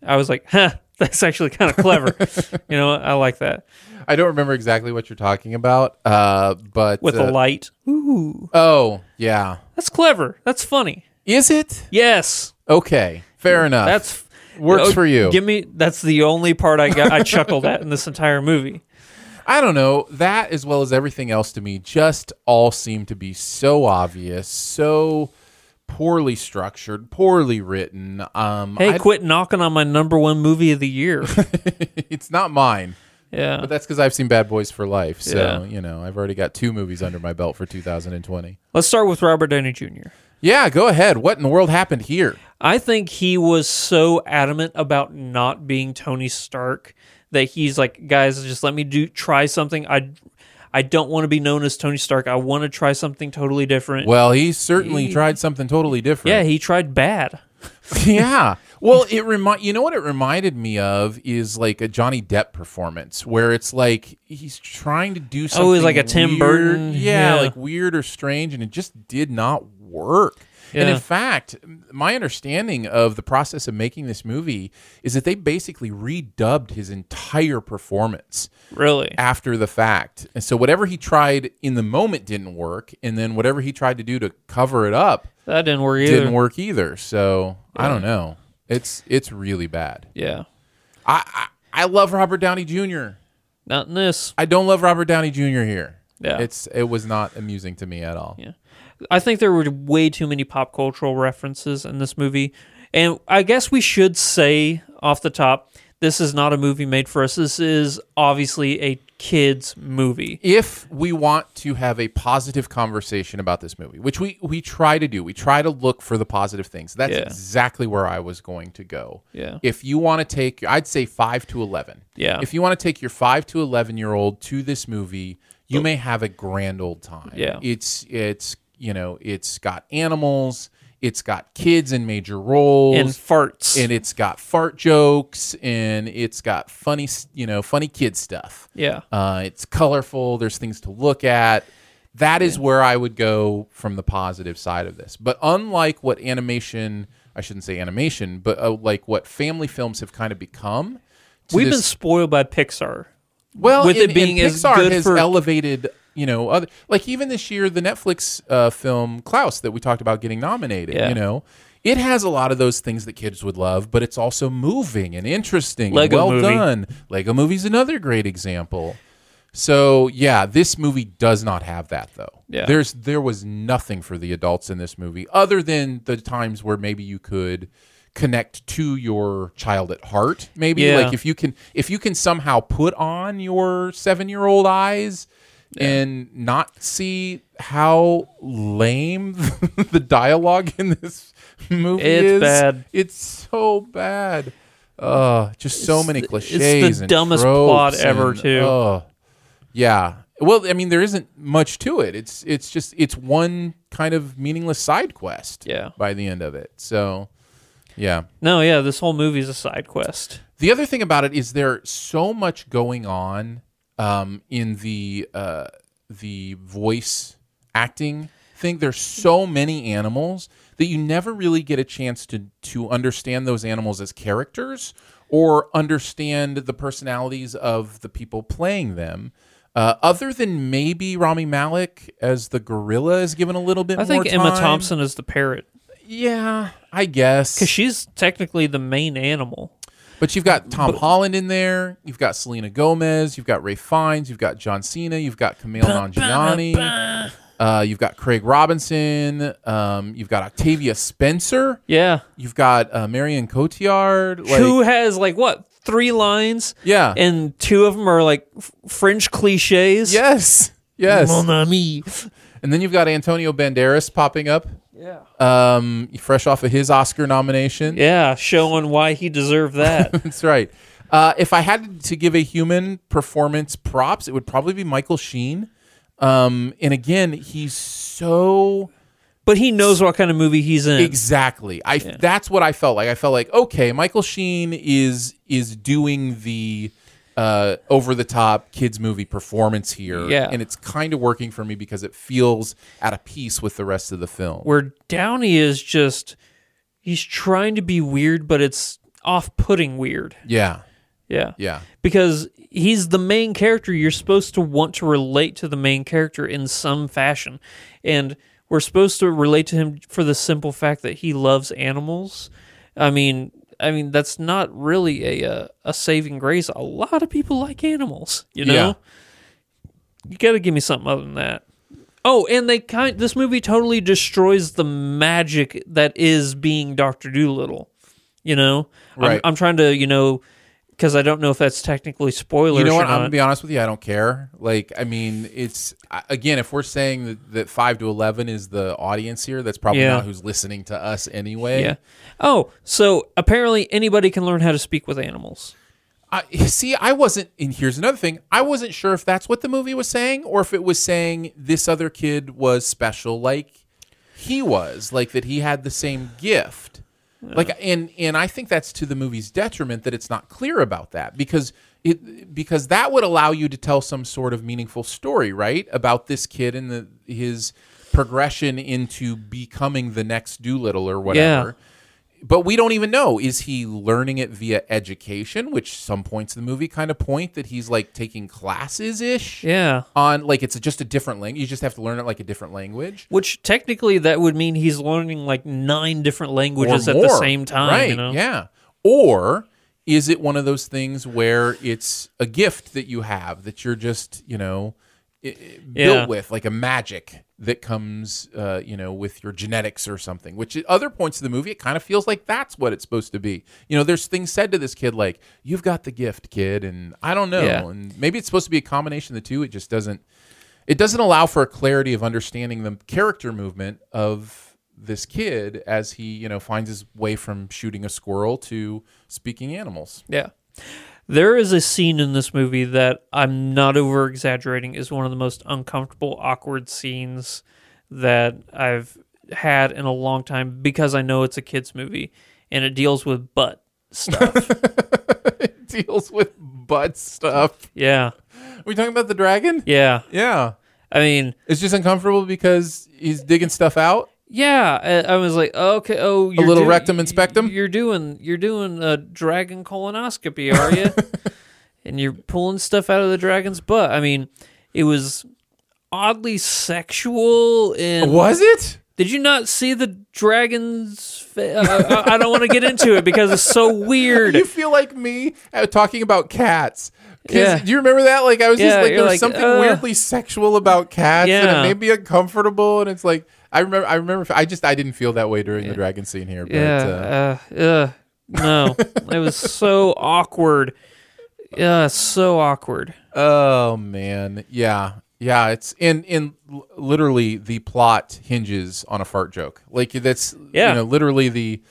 Speaker 3: I was like, huh, that's actually kind of clever. you know, I like that.
Speaker 1: I don't remember exactly what you're talking about, uh, but
Speaker 3: With
Speaker 1: uh,
Speaker 3: a light. Ooh,
Speaker 1: Oh yeah,
Speaker 3: that's clever. That's funny.
Speaker 1: is it
Speaker 3: Yes.
Speaker 1: okay? Fair enough.
Speaker 3: That's
Speaker 1: Ah, works
Speaker 3: Oh,
Speaker 1: for you.
Speaker 3: Give me that's the only part I got I chuckled at in this entire movie.
Speaker 1: I don't know. That as well as everything else to me just all seemed to be so obvious, so poorly structured, poorly written. Um
Speaker 3: Hey,
Speaker 1: I-
Speaker 3: quit knocking on my number one movie of the year.
Speaker 1: it's not mine.
Speaker 3: Yeah.
Speaker 1: But that's because I've seen Bad Boys for Life. So,
Speaker 3: Yeah.
Speaker 1: you know, I've already got two movies under my belt for 2020.
Speaker 3: Let's start with Robert Downey Jr.
Speaker 1: Yeah, go ahead. What in the world happened here?
Speaker 3: I think he was so adamant about not being Tony Stark that he's like, guys, just let me do try something. I I don't want to be known as Tony Stark. I want to try something totally different.
Speaker 1: Well, he certainly
Speaker 3: He-
Speaker 1: tried something totally different.
Speaker 3: yeah, he tried bad.
Speaker 1: yeah. Well, it remind you know what it reminded me of is like a Johnny Depp performance where it's like he's trying to do something.
Speaker 3: Oh, it was like a Tim
Speaker 1: weird-
Speaker 3: Burton.
Speaker 1: Yeah,
Speaker 3: Yeah.
Speaker 1: like weird or strange, and it just did not work. And
Speaker 3: Yeah.
Speaker 1: in fact, m- my understanding of the process of making this movie is that they basically redubbed his entire performance
Speaker 3: Really?
Speaker 1: after the fact. And so whatever he tried in the moment didn't work, and then whatever he tried to do to cover it up
Speaker 3: That didn't work either.
Speaker 1: didn't work either. So I don't know. It's it's really bad.
Speaker 3: Yeah.
Speaker 1: I, I I love Robert Downey Jr.
Speaker 3: Not in this.
Speaker 1: I don't love Robert Downey Jr. here.
Speaker 3: Yeah.
Speaker 1: It's it was not amusing to me at all.
Speaker 3: Yeah. I think there were way too many pop cultural references in this movie. And I guess we should say off the top, this is not a movie made for us. This is obviously a kids movie.
Speaker 1: If we want to have a positive conversation about this movie, which we we try to do, we try to look for the positive things. That's
Speaker 3: Yeah.
Speaker 1: exactly where I was going to go.
Speaker 3: Yeah.
Speaker 1: If you want to take, I'd say five to eleven.
Speaker 3: Yeah.
Speaker 1: If you want to take your five to eleven year old to this movie, you may have a grand old time.
Speaker 3: Oh. Yeah.
Speaker 1: It's it's you know it's got animals, it's got kids in major roles,
Speaker 3: And farts.
Speaker 1: and it's got fart jokes, and it's got funny s- you know funny kid stuff.
Speaker 3: yeah.
Speaker 1: Uh, it's colorful. There's things to look at. That is where I would go from the positive side of this. But unlike what animation, I shouldn't say animation, but uh, like what family films have kind of become, to
Speaker 3: We've been
Speaker 1: this-
Speaker 3: spoiled by Pixar.
Speaker 1: well
Speaker 3: with
Speaker 1: and-
Speaker 3: it being
Speaker 1: and
Speaker 3: as
Speaker 1: Pixar
Speaker 3: good
Speaker 1: has
Speaker 3: for-
Speaker 1: elevated. You know, other, like even this year, the Netflix uh, film Klaus that we talked about getting nominated.
Speaker 3: Yeah.
Speaker 1: You know, it has a lot of those things that kids would love, but it's also moving and interesting. and
Speaker 3: Lego
Speaker 1: well
Speaker 3: Movie.
Speaker 1: done. Lego Movie's another great example. So yeah, this movie does not have that though.
Speaker 3: Yeah.
Speaker 1: There's there was nothing for the adults in this movie other than the times where maybe you could connect to your child at heart, maybe.
Speaker 3: Yeah.
Speaker 1: Like if you can if you can somehow put on your seven year old eyes and not see how lame the dialogue in this movie
Speaker 3: It's
Speaker 1: is.
Speaker 3: bad.
Speaker 1: It's so bad. Uh, just so
Speaker 3: It's
Speaker 1: many
Speaker 3: the- it's
Speaker 1: cliches.
Speaker 3: the
Speaker 1: and
Speaker 3: dumbest
Speaker 1: tropes
Speaker 3: plot ever,
Speaker 1: and-
Speaker 3: too.
Speaker 1: ugh. yeah. Well, I mean, there isn't much to it. It's it's just it's one kind of meaningless side quest.
Speaker 3: Yeah.
Speaker 1: By the end of it, so yeah.
Speaker 3: No, yeah, this whole movie is a side quest.
Speaker 1: The other thing about it is there's so much going on um, in the uh, the voice acting thing. There's so many animals that you never really get a chance to to understand those animals as characters or understand the personalities of the people playing them. Uh, other than maybe Rami Malik as the gorilla is given a little bit
Speaker 3: I
Speaker 1: more
Speaker 3: think Emma
Speaker 1: time.
Speaker 3: Thompson is the parrot
Speaker 1: Yeah, I guess.
Speaker 3: because she's technically the main animal.
Speaker 1: But you've got Tom Holland in there. You've got Selena Gomez. You've got Ray Fiennes. You've got John Cena. You've got Camille Nanjiani. Uh, you've got Craig Robinson. Um, you've got Octavia Spencer.
Speaker 3: Yeah.
Speaker 1: You've got uh, Marion Cotillard. Like,
Speaker 3: Who has like what three lines?
Speaker 1: Yeah.
Speaker 3: and two of them are like f- French cliches.
Speaker 1: yes. Yes.
Speaker 3: Mon ami.
Speaker 1: And then you've got Antonio Banderas popping up.
Speaker 3: Yeah.
Speaker 1: Um, fresh off of his Oscar nomination.
Speaker 3: Yeah, showing why he deserved that.
Speaker 1: That's right. Uh, if I had to give a human performance props, it would probably be Michael Sheen. Um, and again, he's so
Speaker 3: but he knows what kind of movie he's in.
Speaker 1: exactly. I that's what I felt like. I felt like okay, Michael Sheen is is doing the uh, over the top kids movie performance here,
Speaker 3: Yeah.
Speaker 1: and it's kind of working for me because it feels at a piece with the rest of the film.
Speaker 3: Where Downey is just he's trying to be weird, but it's off-putting weird.
Speaker 1: Yeah.
Speaker 3: Yeah.
Speaker 1: Yeah.
Speaker 3: Because he's the main character. You're supposed to want to relate to the main character in some fashion. And we're supposed to relate to him for the simple fact that he loves animals. I mean, I mean that's not really a a, a saving grace. A lot of people like animals, you know.
Speaker 1: Yeah.
Speaker 3: You got to give me something other than that. Oh, and they kind this movie totally destroys the magic that is being Doctor Doolittle. You know,
Speaker 1: Right.
Speaker 3: I'm, I'm trying to you know because I don't know if that's technically spoilers.
Speaker 1: You know what?
Speaker 3: Or
Speaker 1: I'm
Speaker 3: not.
Speaker 1: gonna be honest with you. I don't care. Like, I mean, it's I- again, if we're saying that, that five to eleven is the audience here, that's probably
Speaker 3: Yeah.
Speaker 1: not who's listening to us anyway.
Speaker 3: yeah. Oh, so apparently anybody can learn how to speak with animals.
Speaker 1: I, see, I wasn't. And here's another thing: I wasn't sure if that's what the movie was saying, or if it was saying this other kid was special, like he was, like that he had the same gift. Like, and and I think that's to the movie's detriment that it's not clear about that because it because that would allow you to tell some sort of meaningful story, right, about this kid and the his progression into becoming the next Doolittle or whatever but we don't even know is he learning it via education which some points in the movie kind of point that he's like taking classes ish
Speaker 3: Yeah.
Speaker 1: on like it's just a different language you just have to learn it like a different language
Speaker 3: Which technically that would mean he's learning like nine different
Speaker 1: or
Speaker 3: languages at the
Speaker 1: more,
Speaker 3: same time.
Speaker 1: right
Speaker 3: You know?
Speaker 1: yeah or is it one of those things where it's a gift that you have that you're just you know i- i-
Speaker 3: Yeah.
Speaker 1: built with like a magic that comes uh, you know with your genetics or something which at other points of the movie it kind of feels like that's what it's supposed to be you know there's things said to this kid like you've got the gift kid and i don't know
Speaker 3: Yeah.
Speaker 1: and maybe it's supposed to be a combination of the two it just doesn't it doesn't allow for a clarity of understanding the character movement of this kid as he you know finds his way from shooting a squirrel to speaking animals
Speaker 3: Yeah. There is a scene in this movie that I'm not over exaggerating is one of the most uncomfortable, awkward scenes that I've had in a long time because I know it's a kids movie and it deals with butt stuff.
Speaker 1: it deals with butt stuff
Speaker 3: yeah.
Speaker 1: are we talking about the dragon
Speaker 3: Yeah.
Speaker 1: yeah
Speaker 3: I mean,
Speaker 1: it's just uncomfortable because he's digging stuff out
Speaker 3: yeah, I, I was like, okay, oh, you're
Speaker 1: little
Speaker 3: do-
Speaker 1: rectum and spectum?
Speaker 3: You're doing you're doing a dragon colonoscopy, are you? and you're pulling stuff out of the dragon's butt. I mean, it was oddly sexual and
Speaker 1: was it
Speaker 3: Did you not see the dragon's? Fa- I, I- I don't want to get into it because it's so weird.
Speaker 1: you feel like me uh, talking about cats 'Cause-
Speaker 3: Yeah.
Speaker 1: Do you remember that? Like I was
Speaker 3: Yeah,
Speaker 1: just like
Speaker 3: you're
Speaker 1: there was
Speaker 3: like,
Speaker 1: something
Speaker 3: uh.
Speaker 1: weirdly sexual about cats,
Speaker 3: Yeah.
Speaker 1: and it made me uncomfortable. And it's like I remember, I remember, I just I didn't feel that way during the dragon scene here. But, uh,
Speaker 3: yeah. Uh, uh, no, it was so awkward. Yeah, so awkward.
Speaker 1: oh man, yeah, yeah. It's in in literally the plot hinges on a fart joke. Like that's
Speaker 3: Yeah.
Speaker 1: you know literally the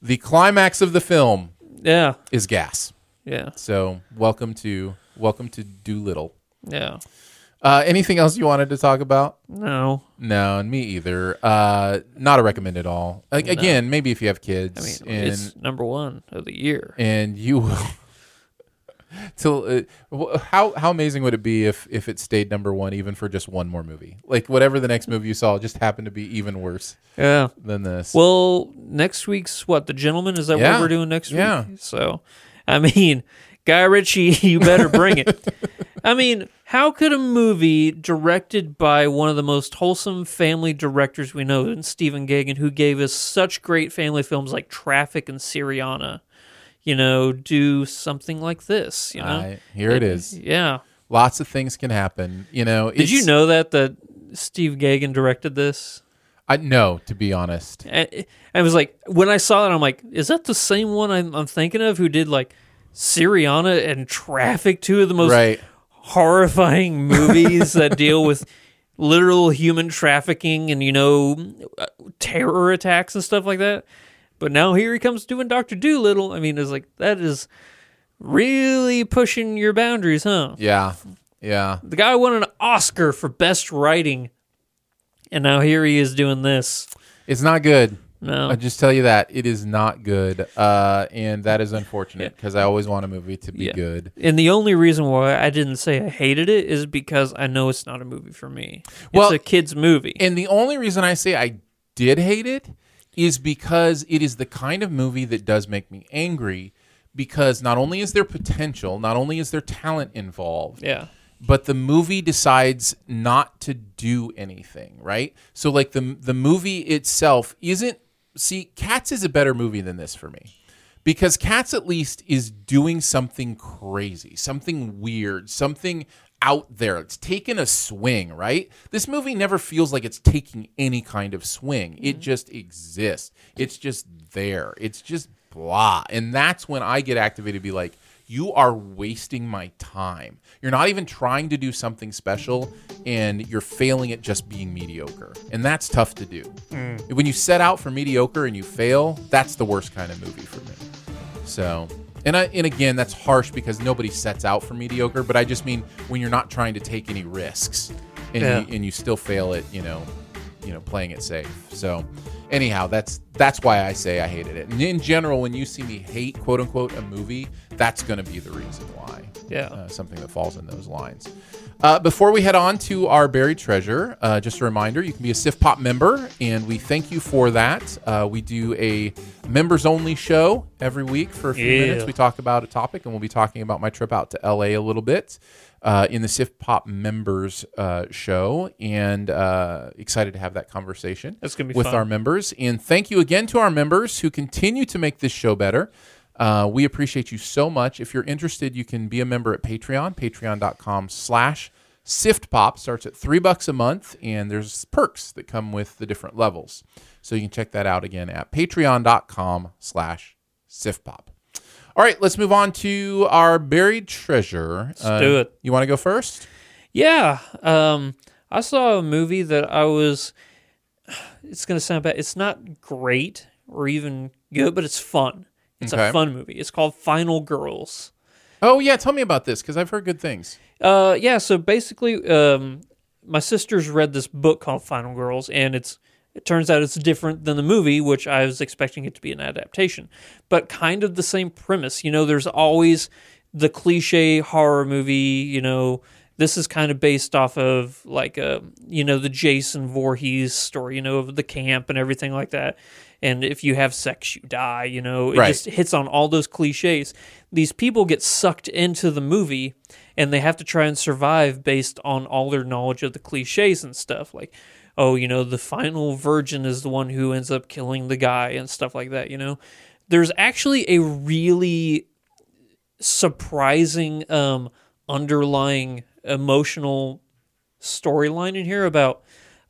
Speaker 1: the climax of the film
Speaker 3: Yeah,
Speaker 1: is gas.
Speaker 3: yeah,
Speaker 1: So welcome to welcome to Doolittle.
Speaker 3: yeah.
Speaker 1: Uh, anything else you wanted to talk about?
Speaker 3: No,
Speaker 1: No, and me either. Uh, not a recommend at all. Like again, maybe if you have kids
Speaker 3: I mean,
Speaker 1: and
Speaker 3: it's number one of the year.
Speaker 1: and you will. Till uh, wh- how how amazing would it be if if it stayed number one even for just one more movie? Like whatever the next movie you saw just happened to be even worse
Speaker 3: Yeah.
Speaker 1: than this.
Speaker 3: Well, next week's what? The Gentleman? Is that
Speaker 1: Yeah.
Speaker 3: what we're doing next
Speaker 1: Yeah.
Speaker 3: week? So, I mean, Guy Ritchie, you better bring it. I mean, how could a movie directed by one of the most wholesome family directors we know, and Stephen Gagan, who gave us such great family films like Traffic and Syriana, you know, do something like this? You know,
Speaker 1: I- here it is.
Speaker 3: Yeah.
Speaker 1: Lots of things can happen. You know.
Speaker 3: Did you
Speaker 1: it's-
Speaker 3: know that that Steve Gagan directed this?
Speaker 1: I no. To be honest,
Speaker 3: I, I was like, when I saw it, I'm like, is that the same one I'm, I'm thinking of who did like Syriana and Traffic, two of the most
Speaker 1: Right.
Speaker 3: horrifying movies that deal with literal human trafficking and, you know, uh, terror attacks and stuff like that. But now here he comes doing Dr. Doolittle. I mean, it's like, that is really pushing your boundaries, huh?
Speaker 1: yeah, yeah.
Speaker 3: The guy won an Oscar for best writing, and now here he is doing this.
Speaker 1: It's not good.
Speaker 3: No.
Speaker 1: I'll just tell you that it is not good, uh, and that is unfortunate because I always want a movie to be
Speaker 3: Yeah.
Speaker 1: good.
Speaker 3: And the only reason why I didn't say I hated it is because I know it's not a movie for me.
Speaker 1: Well-
Speaker 3: it's a kids movie.
Speaker 1: And the only reason I say I did hate it is because it is the kind of movie that does make me angry because not only is there potential, not only is there talent involved.
Speaker 3: Yeah.
Speaker 1: But the movie decides not to do anything, right? So like the the movie itself isn't see Cats is a better movie than this for me. Because Cats at least is doing something crazy, something weird, something out there. It's taking a swing, right? This movie never feels like it's taking any kind of swing. It just exists. It's just there. It's just blah. And that's when I get activated to be like, you are wasting my time. You're not even trying to do something special and you're failing at just being mediocre. And that's tough to do.
Speaker 3: Mm.
Speaker 1: When you set out for mediocre and you fail, that's the worst kind of movie for me. So, and I, and again, that's harsh because nobody sets out for mediocre, but I just mean when you're not trying to take any risks and
Speaker 3: Yeah.
Speaker 1: you, and you still fail at, you know, you know, playing it safe. So, anyhow, that's that's why I say I hated it. And in general, when you see me hate quote unquote a movie, that's going to be the reason why.
Speaker 3: Yeah.
Speaker 1: Uh, something that falls in those lines. Uh, before we head on to our buried treasure, uh, just a reminder you can be a SIF Pop member, and we thank you for that. Uh, we do a members only show every week for a few
Speaker 3: Yeah.
Speaker 1: minutes. We talk about a topic, and we'll be talking about my trip out to LA a little bit uh, in the SIF Pop members uh, show, and uh, excited to have that conversation
Speaker 3: That's gonna be
Speaker 1: with
Speaker 3: fun.
Speaker 1: our members. And thank you again to our members who continue to make this show better. Uh, we appreciate you so much. If you're interested, you can be a member at Patreon, patreon.com slash siftpop. Starts at three bucks a month, and there's perks that come with the different levels. So you can check that out again at patreon.com slash siftpop. All right, let's move on to our buried treasure. Let's
Speaker 3: do it.
Speaker 1: You want to go first?
Speaker 3: Yeah. Um, I saw a movie that I was. It's gonna sound bad. It's not great or even good, but it's fun. It's
Speaker 1: Okay.
Speaker 3: a fun movie. It's called Final Girls.
Speaker 1: Oh, yeah. Tell me about this because I've heard good things.
Speaker 3: Uh, yeah. So basically, um, my sisters read this book called Final Girls, and it's it turns out it's different than the movie, which I was expecting it to be an adaptation, but kind of the same premise. You know, there's always the cliche horror movie. You know, this is kind of based off of like a you know the Jason Voorhees story. You know, of the camp and everything like that. And if you have sex, you die. You know, it
Speaker 1: Right.
Speaker 3: just hits on all those cliches. These people get sucked into the movie and they have to try and survive based on all their knowledge of the cliches and stuff. Like, oh, you know, the final virgin is the one who ends up killing the guy and stuff like that, you know? There's actually a really surprising um, underlying emotional storyline in here about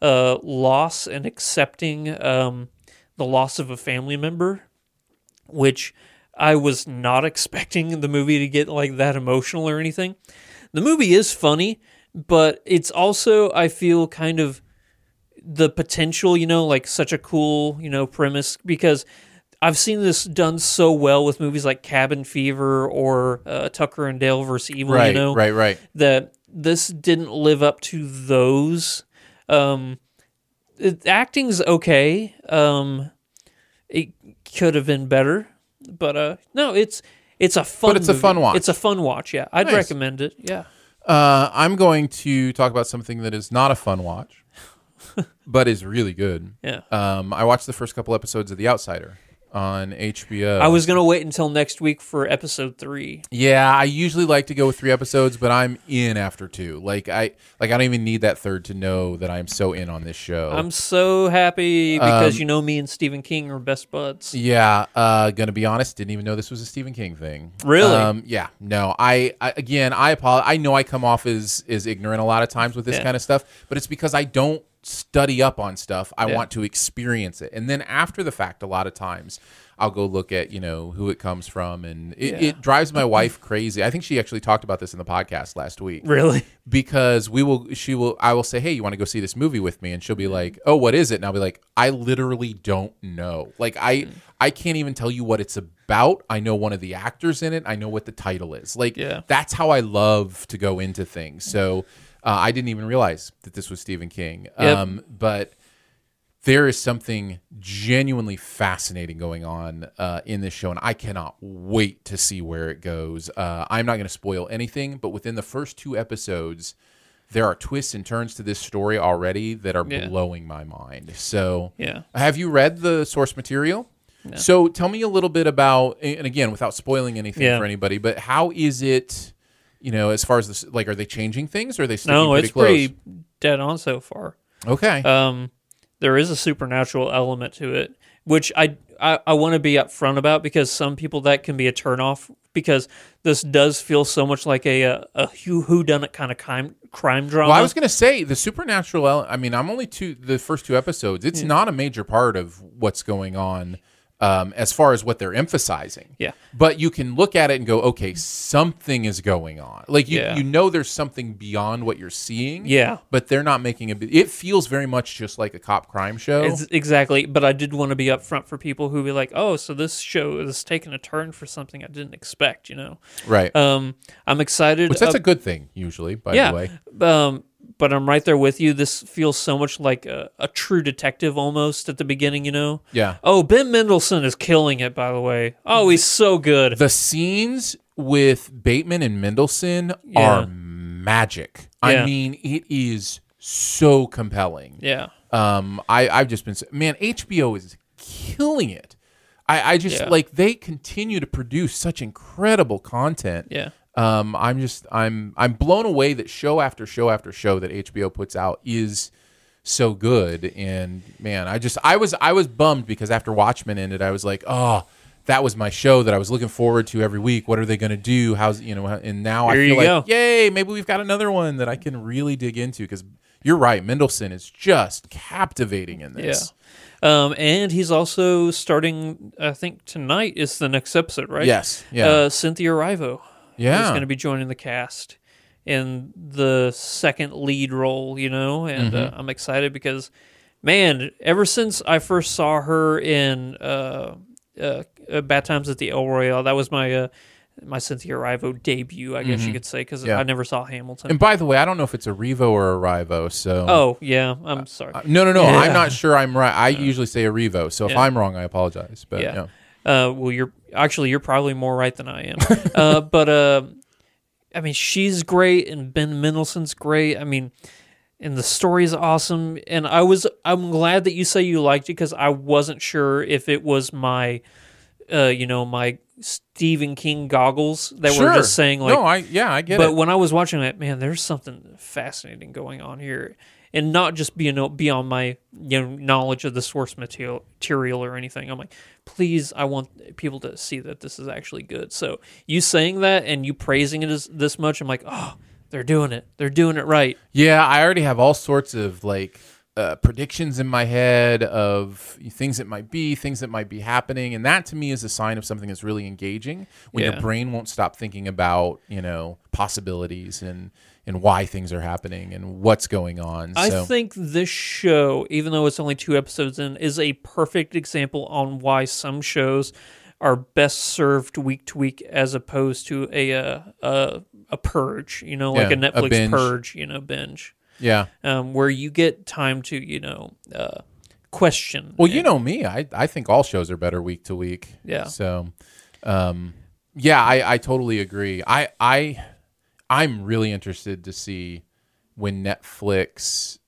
Speaker 3: uh, loss and accepting um, the loss of a family member which I was not expecting the movie to get like that emotional or anything. The movie is funny, but it's also I feel kind of the potential, you know, like such a cool, you know, premise because I've seen this done so well with movies like Cabin Fever or uh, Tucker and Dale versus Evil,
Speaker 1: Right,
Speaker 3: you know.
Speaker 1: right, right.
Speaker 3: That this didn't live up to those um it, acting's okay. Um it could have been better, but uh, no, it's it's a fun.
Speaker 1: But it's a
Speaker 3: movie.
Speaker 1: fun watch.
Speaker 3: It's a fun watch. Yeah, I'd
Speaker 1: Nice.
Speaker 3: recommend it. Yeah,
Speaker 1: Uh, I'm going to talk about something that is not a fun watch, but is really good.
Speaker 3: Yeah.
Speaker 1: Um, I watched the first couple episodes of The Outsider on HBO.
Speaker 3: I was gonna wait until next week for episode three.
Speaker 1: Yeah, I usually like to go with three episodes, but I'm in after two. Like I, like I don't even need that third to know that I'm so in on this show.
Speaker 3: I'm so happy
Speaker 1: Oh.
Speaker 3: because
Speaker 1: Um,
Speaker 3: you know me and Stephen King are best buds.
Speaker 1: Yeah, uh, gonna be honest, didn't even know this was a Stephen King thing.
Speaker 3: Really?
Speaker 1: Um, yeah. No, I, I again, I apologize. I know I come off as as ignorant a lot of times with this
Speaker 3: Yeah.
Speaker 1: kind of stuff, but it's because I don't study up on stuff. I
Speaker 3: Yeah.
Speaker 1: want to experience it, and then after the fact, a lot of times. I'll go look at you know who it comes from, and it,
Speaker 3: Yeah.
Speaker 1: it drives my wife crazy. I think she actually talked about this in the podcast last week
Speaker 3: Really?
Speaker 1: because we will she will i will say hey you want to go see this movie with me and she'll be like oh what is it and i'll be like i literally don't know like i i can't even tell you what it's about i know one of the actors in it i know what the title is like
Speaker 3: Yeah.
Speaker 1: that's how i love to go into things so uh, i didn't even realize that this was stephen king
Speaker 3: Yep.
Speaker 1: um but there is something genuinely fascinating going on uh, in this show, and I cannot wait to see where it goes. Uh, I'm not going to spoil anything, but within the first two episodes, there are twists and turns to this story already that are
Speaker 3: Yeah.
Speaker 1: blowing my mind. So,
Speaker 3: Yeah.
Speaker 1: have you read the source material? So, tell me a little bit about, and again, without spoiling anything
Speaker 3: Yeah.
Speaker 1: for anybody, but how is it? You know, as far as this, like, are they changing things? Or are they sticking
Speaker 3: No,
Speaker 1: pretty
Speaker 3: it's
Speaker 1: close?
Speaker 3: pretty dead on so far.
Speaker 1: Okay.
Speaker 3: Um, there is a supernatural element to it, which I I, I want to be upfront about because some people that can be a turnoff because this does feel so much like a a, a who done it kind of crime crime drama.
Speaker 1: Well, I was going to say the supernatural. ele- I mean, I'm only two the first two episodes.
Speaker 3: Hmm.
Speaker 1: It's not a major part of what's going on um, as far as what they're emphasizing.
Speaker 3: Yeah.
Speaker 1: but you can look at it and go, okay, something is going on. Like you,
Speaker 3: Yeah.
Speaker 1: you know, there's something beyond what you're seeing.
Speaker 3: Yeah.
Speaker 1: but they're not making a. bi- It feels very much just like a cop crime show.
Speaker 3: It's- exactly, but I did want to be upfront for people who be like, "Oh, so this show is taking a turn for something I didn't expect," you know.
Speaker 1: Right.
Speaker 3: Um, uh, I'm excited.
Speaker 1: Which that's
Speaker 3: ab-
Speaker 1: a good thing usually. By the way,
Speaker 3: Um, but I'm right there with you. This feels so much like a, a true detective almost at the beginning, you know?
Speaker 1: Yeah.
Speaker 3: Oh, Ben Mendelsohn is killing it, by the way. Oh, he's so good.
Speaker 1: the scenes with Bateman and Mendelsohn
Speaker 3: Yeah.
Speaker 1: are magic.
Speaker 3: Yeah.
Speaker 1: I mean, it is so compelling.
Speaker 3: yeah.
Speaker 1: Um, I I've just been s- man, HBO is killing it. I I just
Speaker 3: Yeah.
Speaker 1: like they continue to produce such incredible content.
Speaker 3: Yeah.
Speaker 1: Um, I'm just I'm I'm blown away that show after show after show that HBO puts out is so good and man I just I was I was bummed because after Watchmen ended I was like oh that was my show that I was looking forward to every week what are they going to do how's you know and now
Speaker 3: Here
Speaker 1: I
Speaker 3: you
Speaker 1: feel
Speaker 3: go.
Speaker 1: like yay maybe we've got another one that I can really dig into cuz you're right Mendelsohn is just captivating in this
Speaker 3: Yeah. Um, and he's also starting, I think tonight is the next episode, right?
Speaker 1: Yes. Yeah.
Speaker 3: Uh, Cynthia Rivo. Is
Speaker 1: Yeah.
Speaker 3: going to be joining the cast in the second lead role, you know? And
Speaker 1: Mm-hmm.
Speaker 3: uh, I'm excited because, man, ever since I first saw her in uh, uh, uh, Bad Times at the El Royale, that was my. Uh, my Cynthia Rivo debut, I guess you could say, because
Speaker 1: Mm-hmm. Yeah.
Speaker 3: I never saw Hamilton.
Speaker 1: and by the way I don't know if it's a Revo or a Rivo so
Speaker 3: oh yeah,
Speaker 1: Uh,
Speaker 3: I'm sorry.
Speaker 1: no no no
Speaker 3: Yeah.
Speaker 1: I'm not sure I'm right I usually say a Revo so if
Speaker 3: Yeah.
Speaker 1: I'm wrong I apologize but yeah.
Speaker 3: Uh, well, you're actually you're probably more right than I am. uh, but uh, I mean, she's great, and Ben Mendelsohn's great. I mean, and the story is awesome. And I was I'm glad that you say you liked it because I wasn't sure if it was my, uh, you know, my Stephen King goggles that
Speaker 1: Sure.
Speaker 3: were just saying like,
Speaker 1: no I yeah I get
Speaker 3: but
Speaker 1: it
Speaker 3: when I was watching it, man, there's something fascinating going on here, and not just being beyond my you know knowledge of the source material, material or anything. I'm like, please, I want people to see that this is actually good. So you saying that and you praising it as, this much, I'm like, oh, they're doing it. They're doing it right.
Speaker 1: Yeah, I already have all sorts of like uh, predictions in my head of things that might be, things that might be happening, and that to me is a sign of something that's really engaging when
Speaker 3: Yeah.
Speaker 1: your brain won't stop thinking about you know possibilities and and why things are happening and what's going on.
Speaker 3: I
Speaker 1: so.
Speaker 3: think this show, even though it's only two episodes in, is a perfect example on why some shows are best served week to week as opposed to a uh, a, a purge, you know, like
Speaker 1: Yeah,
Speaker 3: a
Speaker 1: a
Speaker 3: Netflix
Speaker 1: binge.
Speaker 3: purge, you know, binge,
Speaker 1: yeah.
Speaker 3: um, where you get time to, you know, uh, question.
Speaker 1: Well, you know me. I I think all shows are better week to week.
Speaker 3: Yeah.
Speaker 1: So, um, yeah, I I totally agree. I I I'm really interested to see when Netflix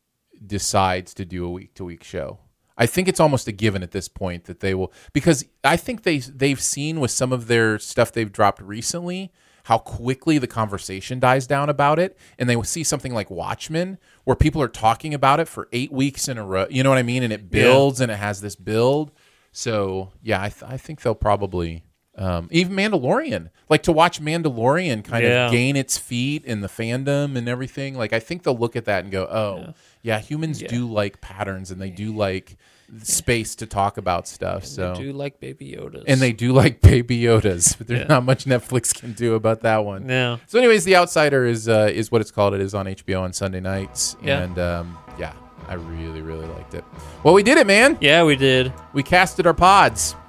Speaker 1: decides to do a week to week show. I think it's almost a given at this point that they will because I think they they've seen with some of their stuff they've dropped recently how quickly the conversation dies down about it and they will see something like Watchmen where people are talking about it for 8 weeks in a row. You know what I mean? And it builds and it has this build. So, yeah, I, th- I think they'll probably um, even Mandalorian, like to watch Mandalorian kind
Speaker 3: Yeah.
Speaker 1: of gain its feet in the fandom and everything. Like I think they'll look at that and go, "Oh, yeah, humans do like patterns and they do like space to talk about stuff." so
Speaker 3: do like Baby Yoda's.
Speaker 1: and they do like baby Yodas, but there's not much Netflix can do about that one.
Speaker 3: No.
Speaker 1: So, anyways, The Outsider is uh, is what it's called. It is on HBO on Sunday nights,
Speaker 3: Yeah.
Speaker 1: and um, yeah, I really really liked it. Well, we did it, man.
Speaker 3: Yeah, we did.
Speaker 1: We casted our pods.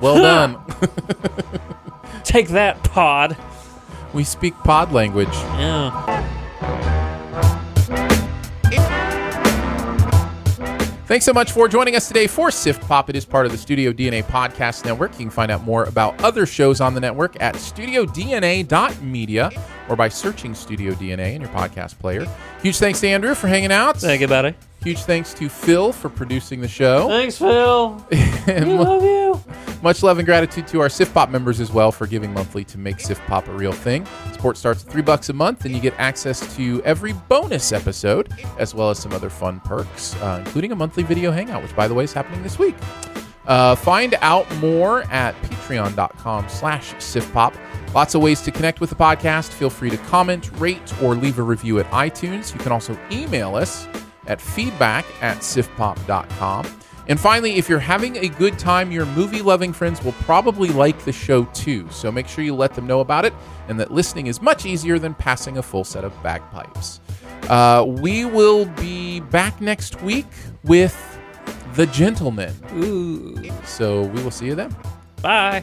Speaker 1: Well done.
Speaker 3: Take that pod.
Speaker 1: We speak pod language.
Speaker 3: Yeah.
Speaker 1: Thanks so much for joining us today for Sift Pop. It is part of the Studio DNA Podcast Network. You can find out more about other shows on the network at studiodna.media or by searching Studio DNA in your podcast player. Huge thanks to Andrew for hanging out. Thank
Speaker 3: you, buddy.
Speaker 1: Huge thanks to Phil for producing the show.
Speaker 3: Thanks, Phil.
Speaker 1: And
Speaker 3: we
Speaker 1: mu-
Speaker 3: love you.
Speaker 1: Much love and gratitude to our Sif Pop members as well for giving monthly to make Sif Pop a real thing. Support starts at three bucks a month, and you get access to every bonus episode, as well as some other fun perks, uh, including a monthly video hangout, which, by the way, is happening this week. Uh, find out more at patreon.com slash sifpop. Lots of ways to connect with the podcast. Feel free to comment, rate, or leave a review at iTunes. You can also email us at feedback at sifpop.com. And finally, if you're having a good time, your movie loving friends will probably like the show too. So make sure you let them know about it and that listening is much easier than passing a full set of bagpipes. Uh, we will be back next week with The Gentleman.
Speaker 3: Ooh.
Speaker 1: So we will see you then.
Speaker 3: Bye.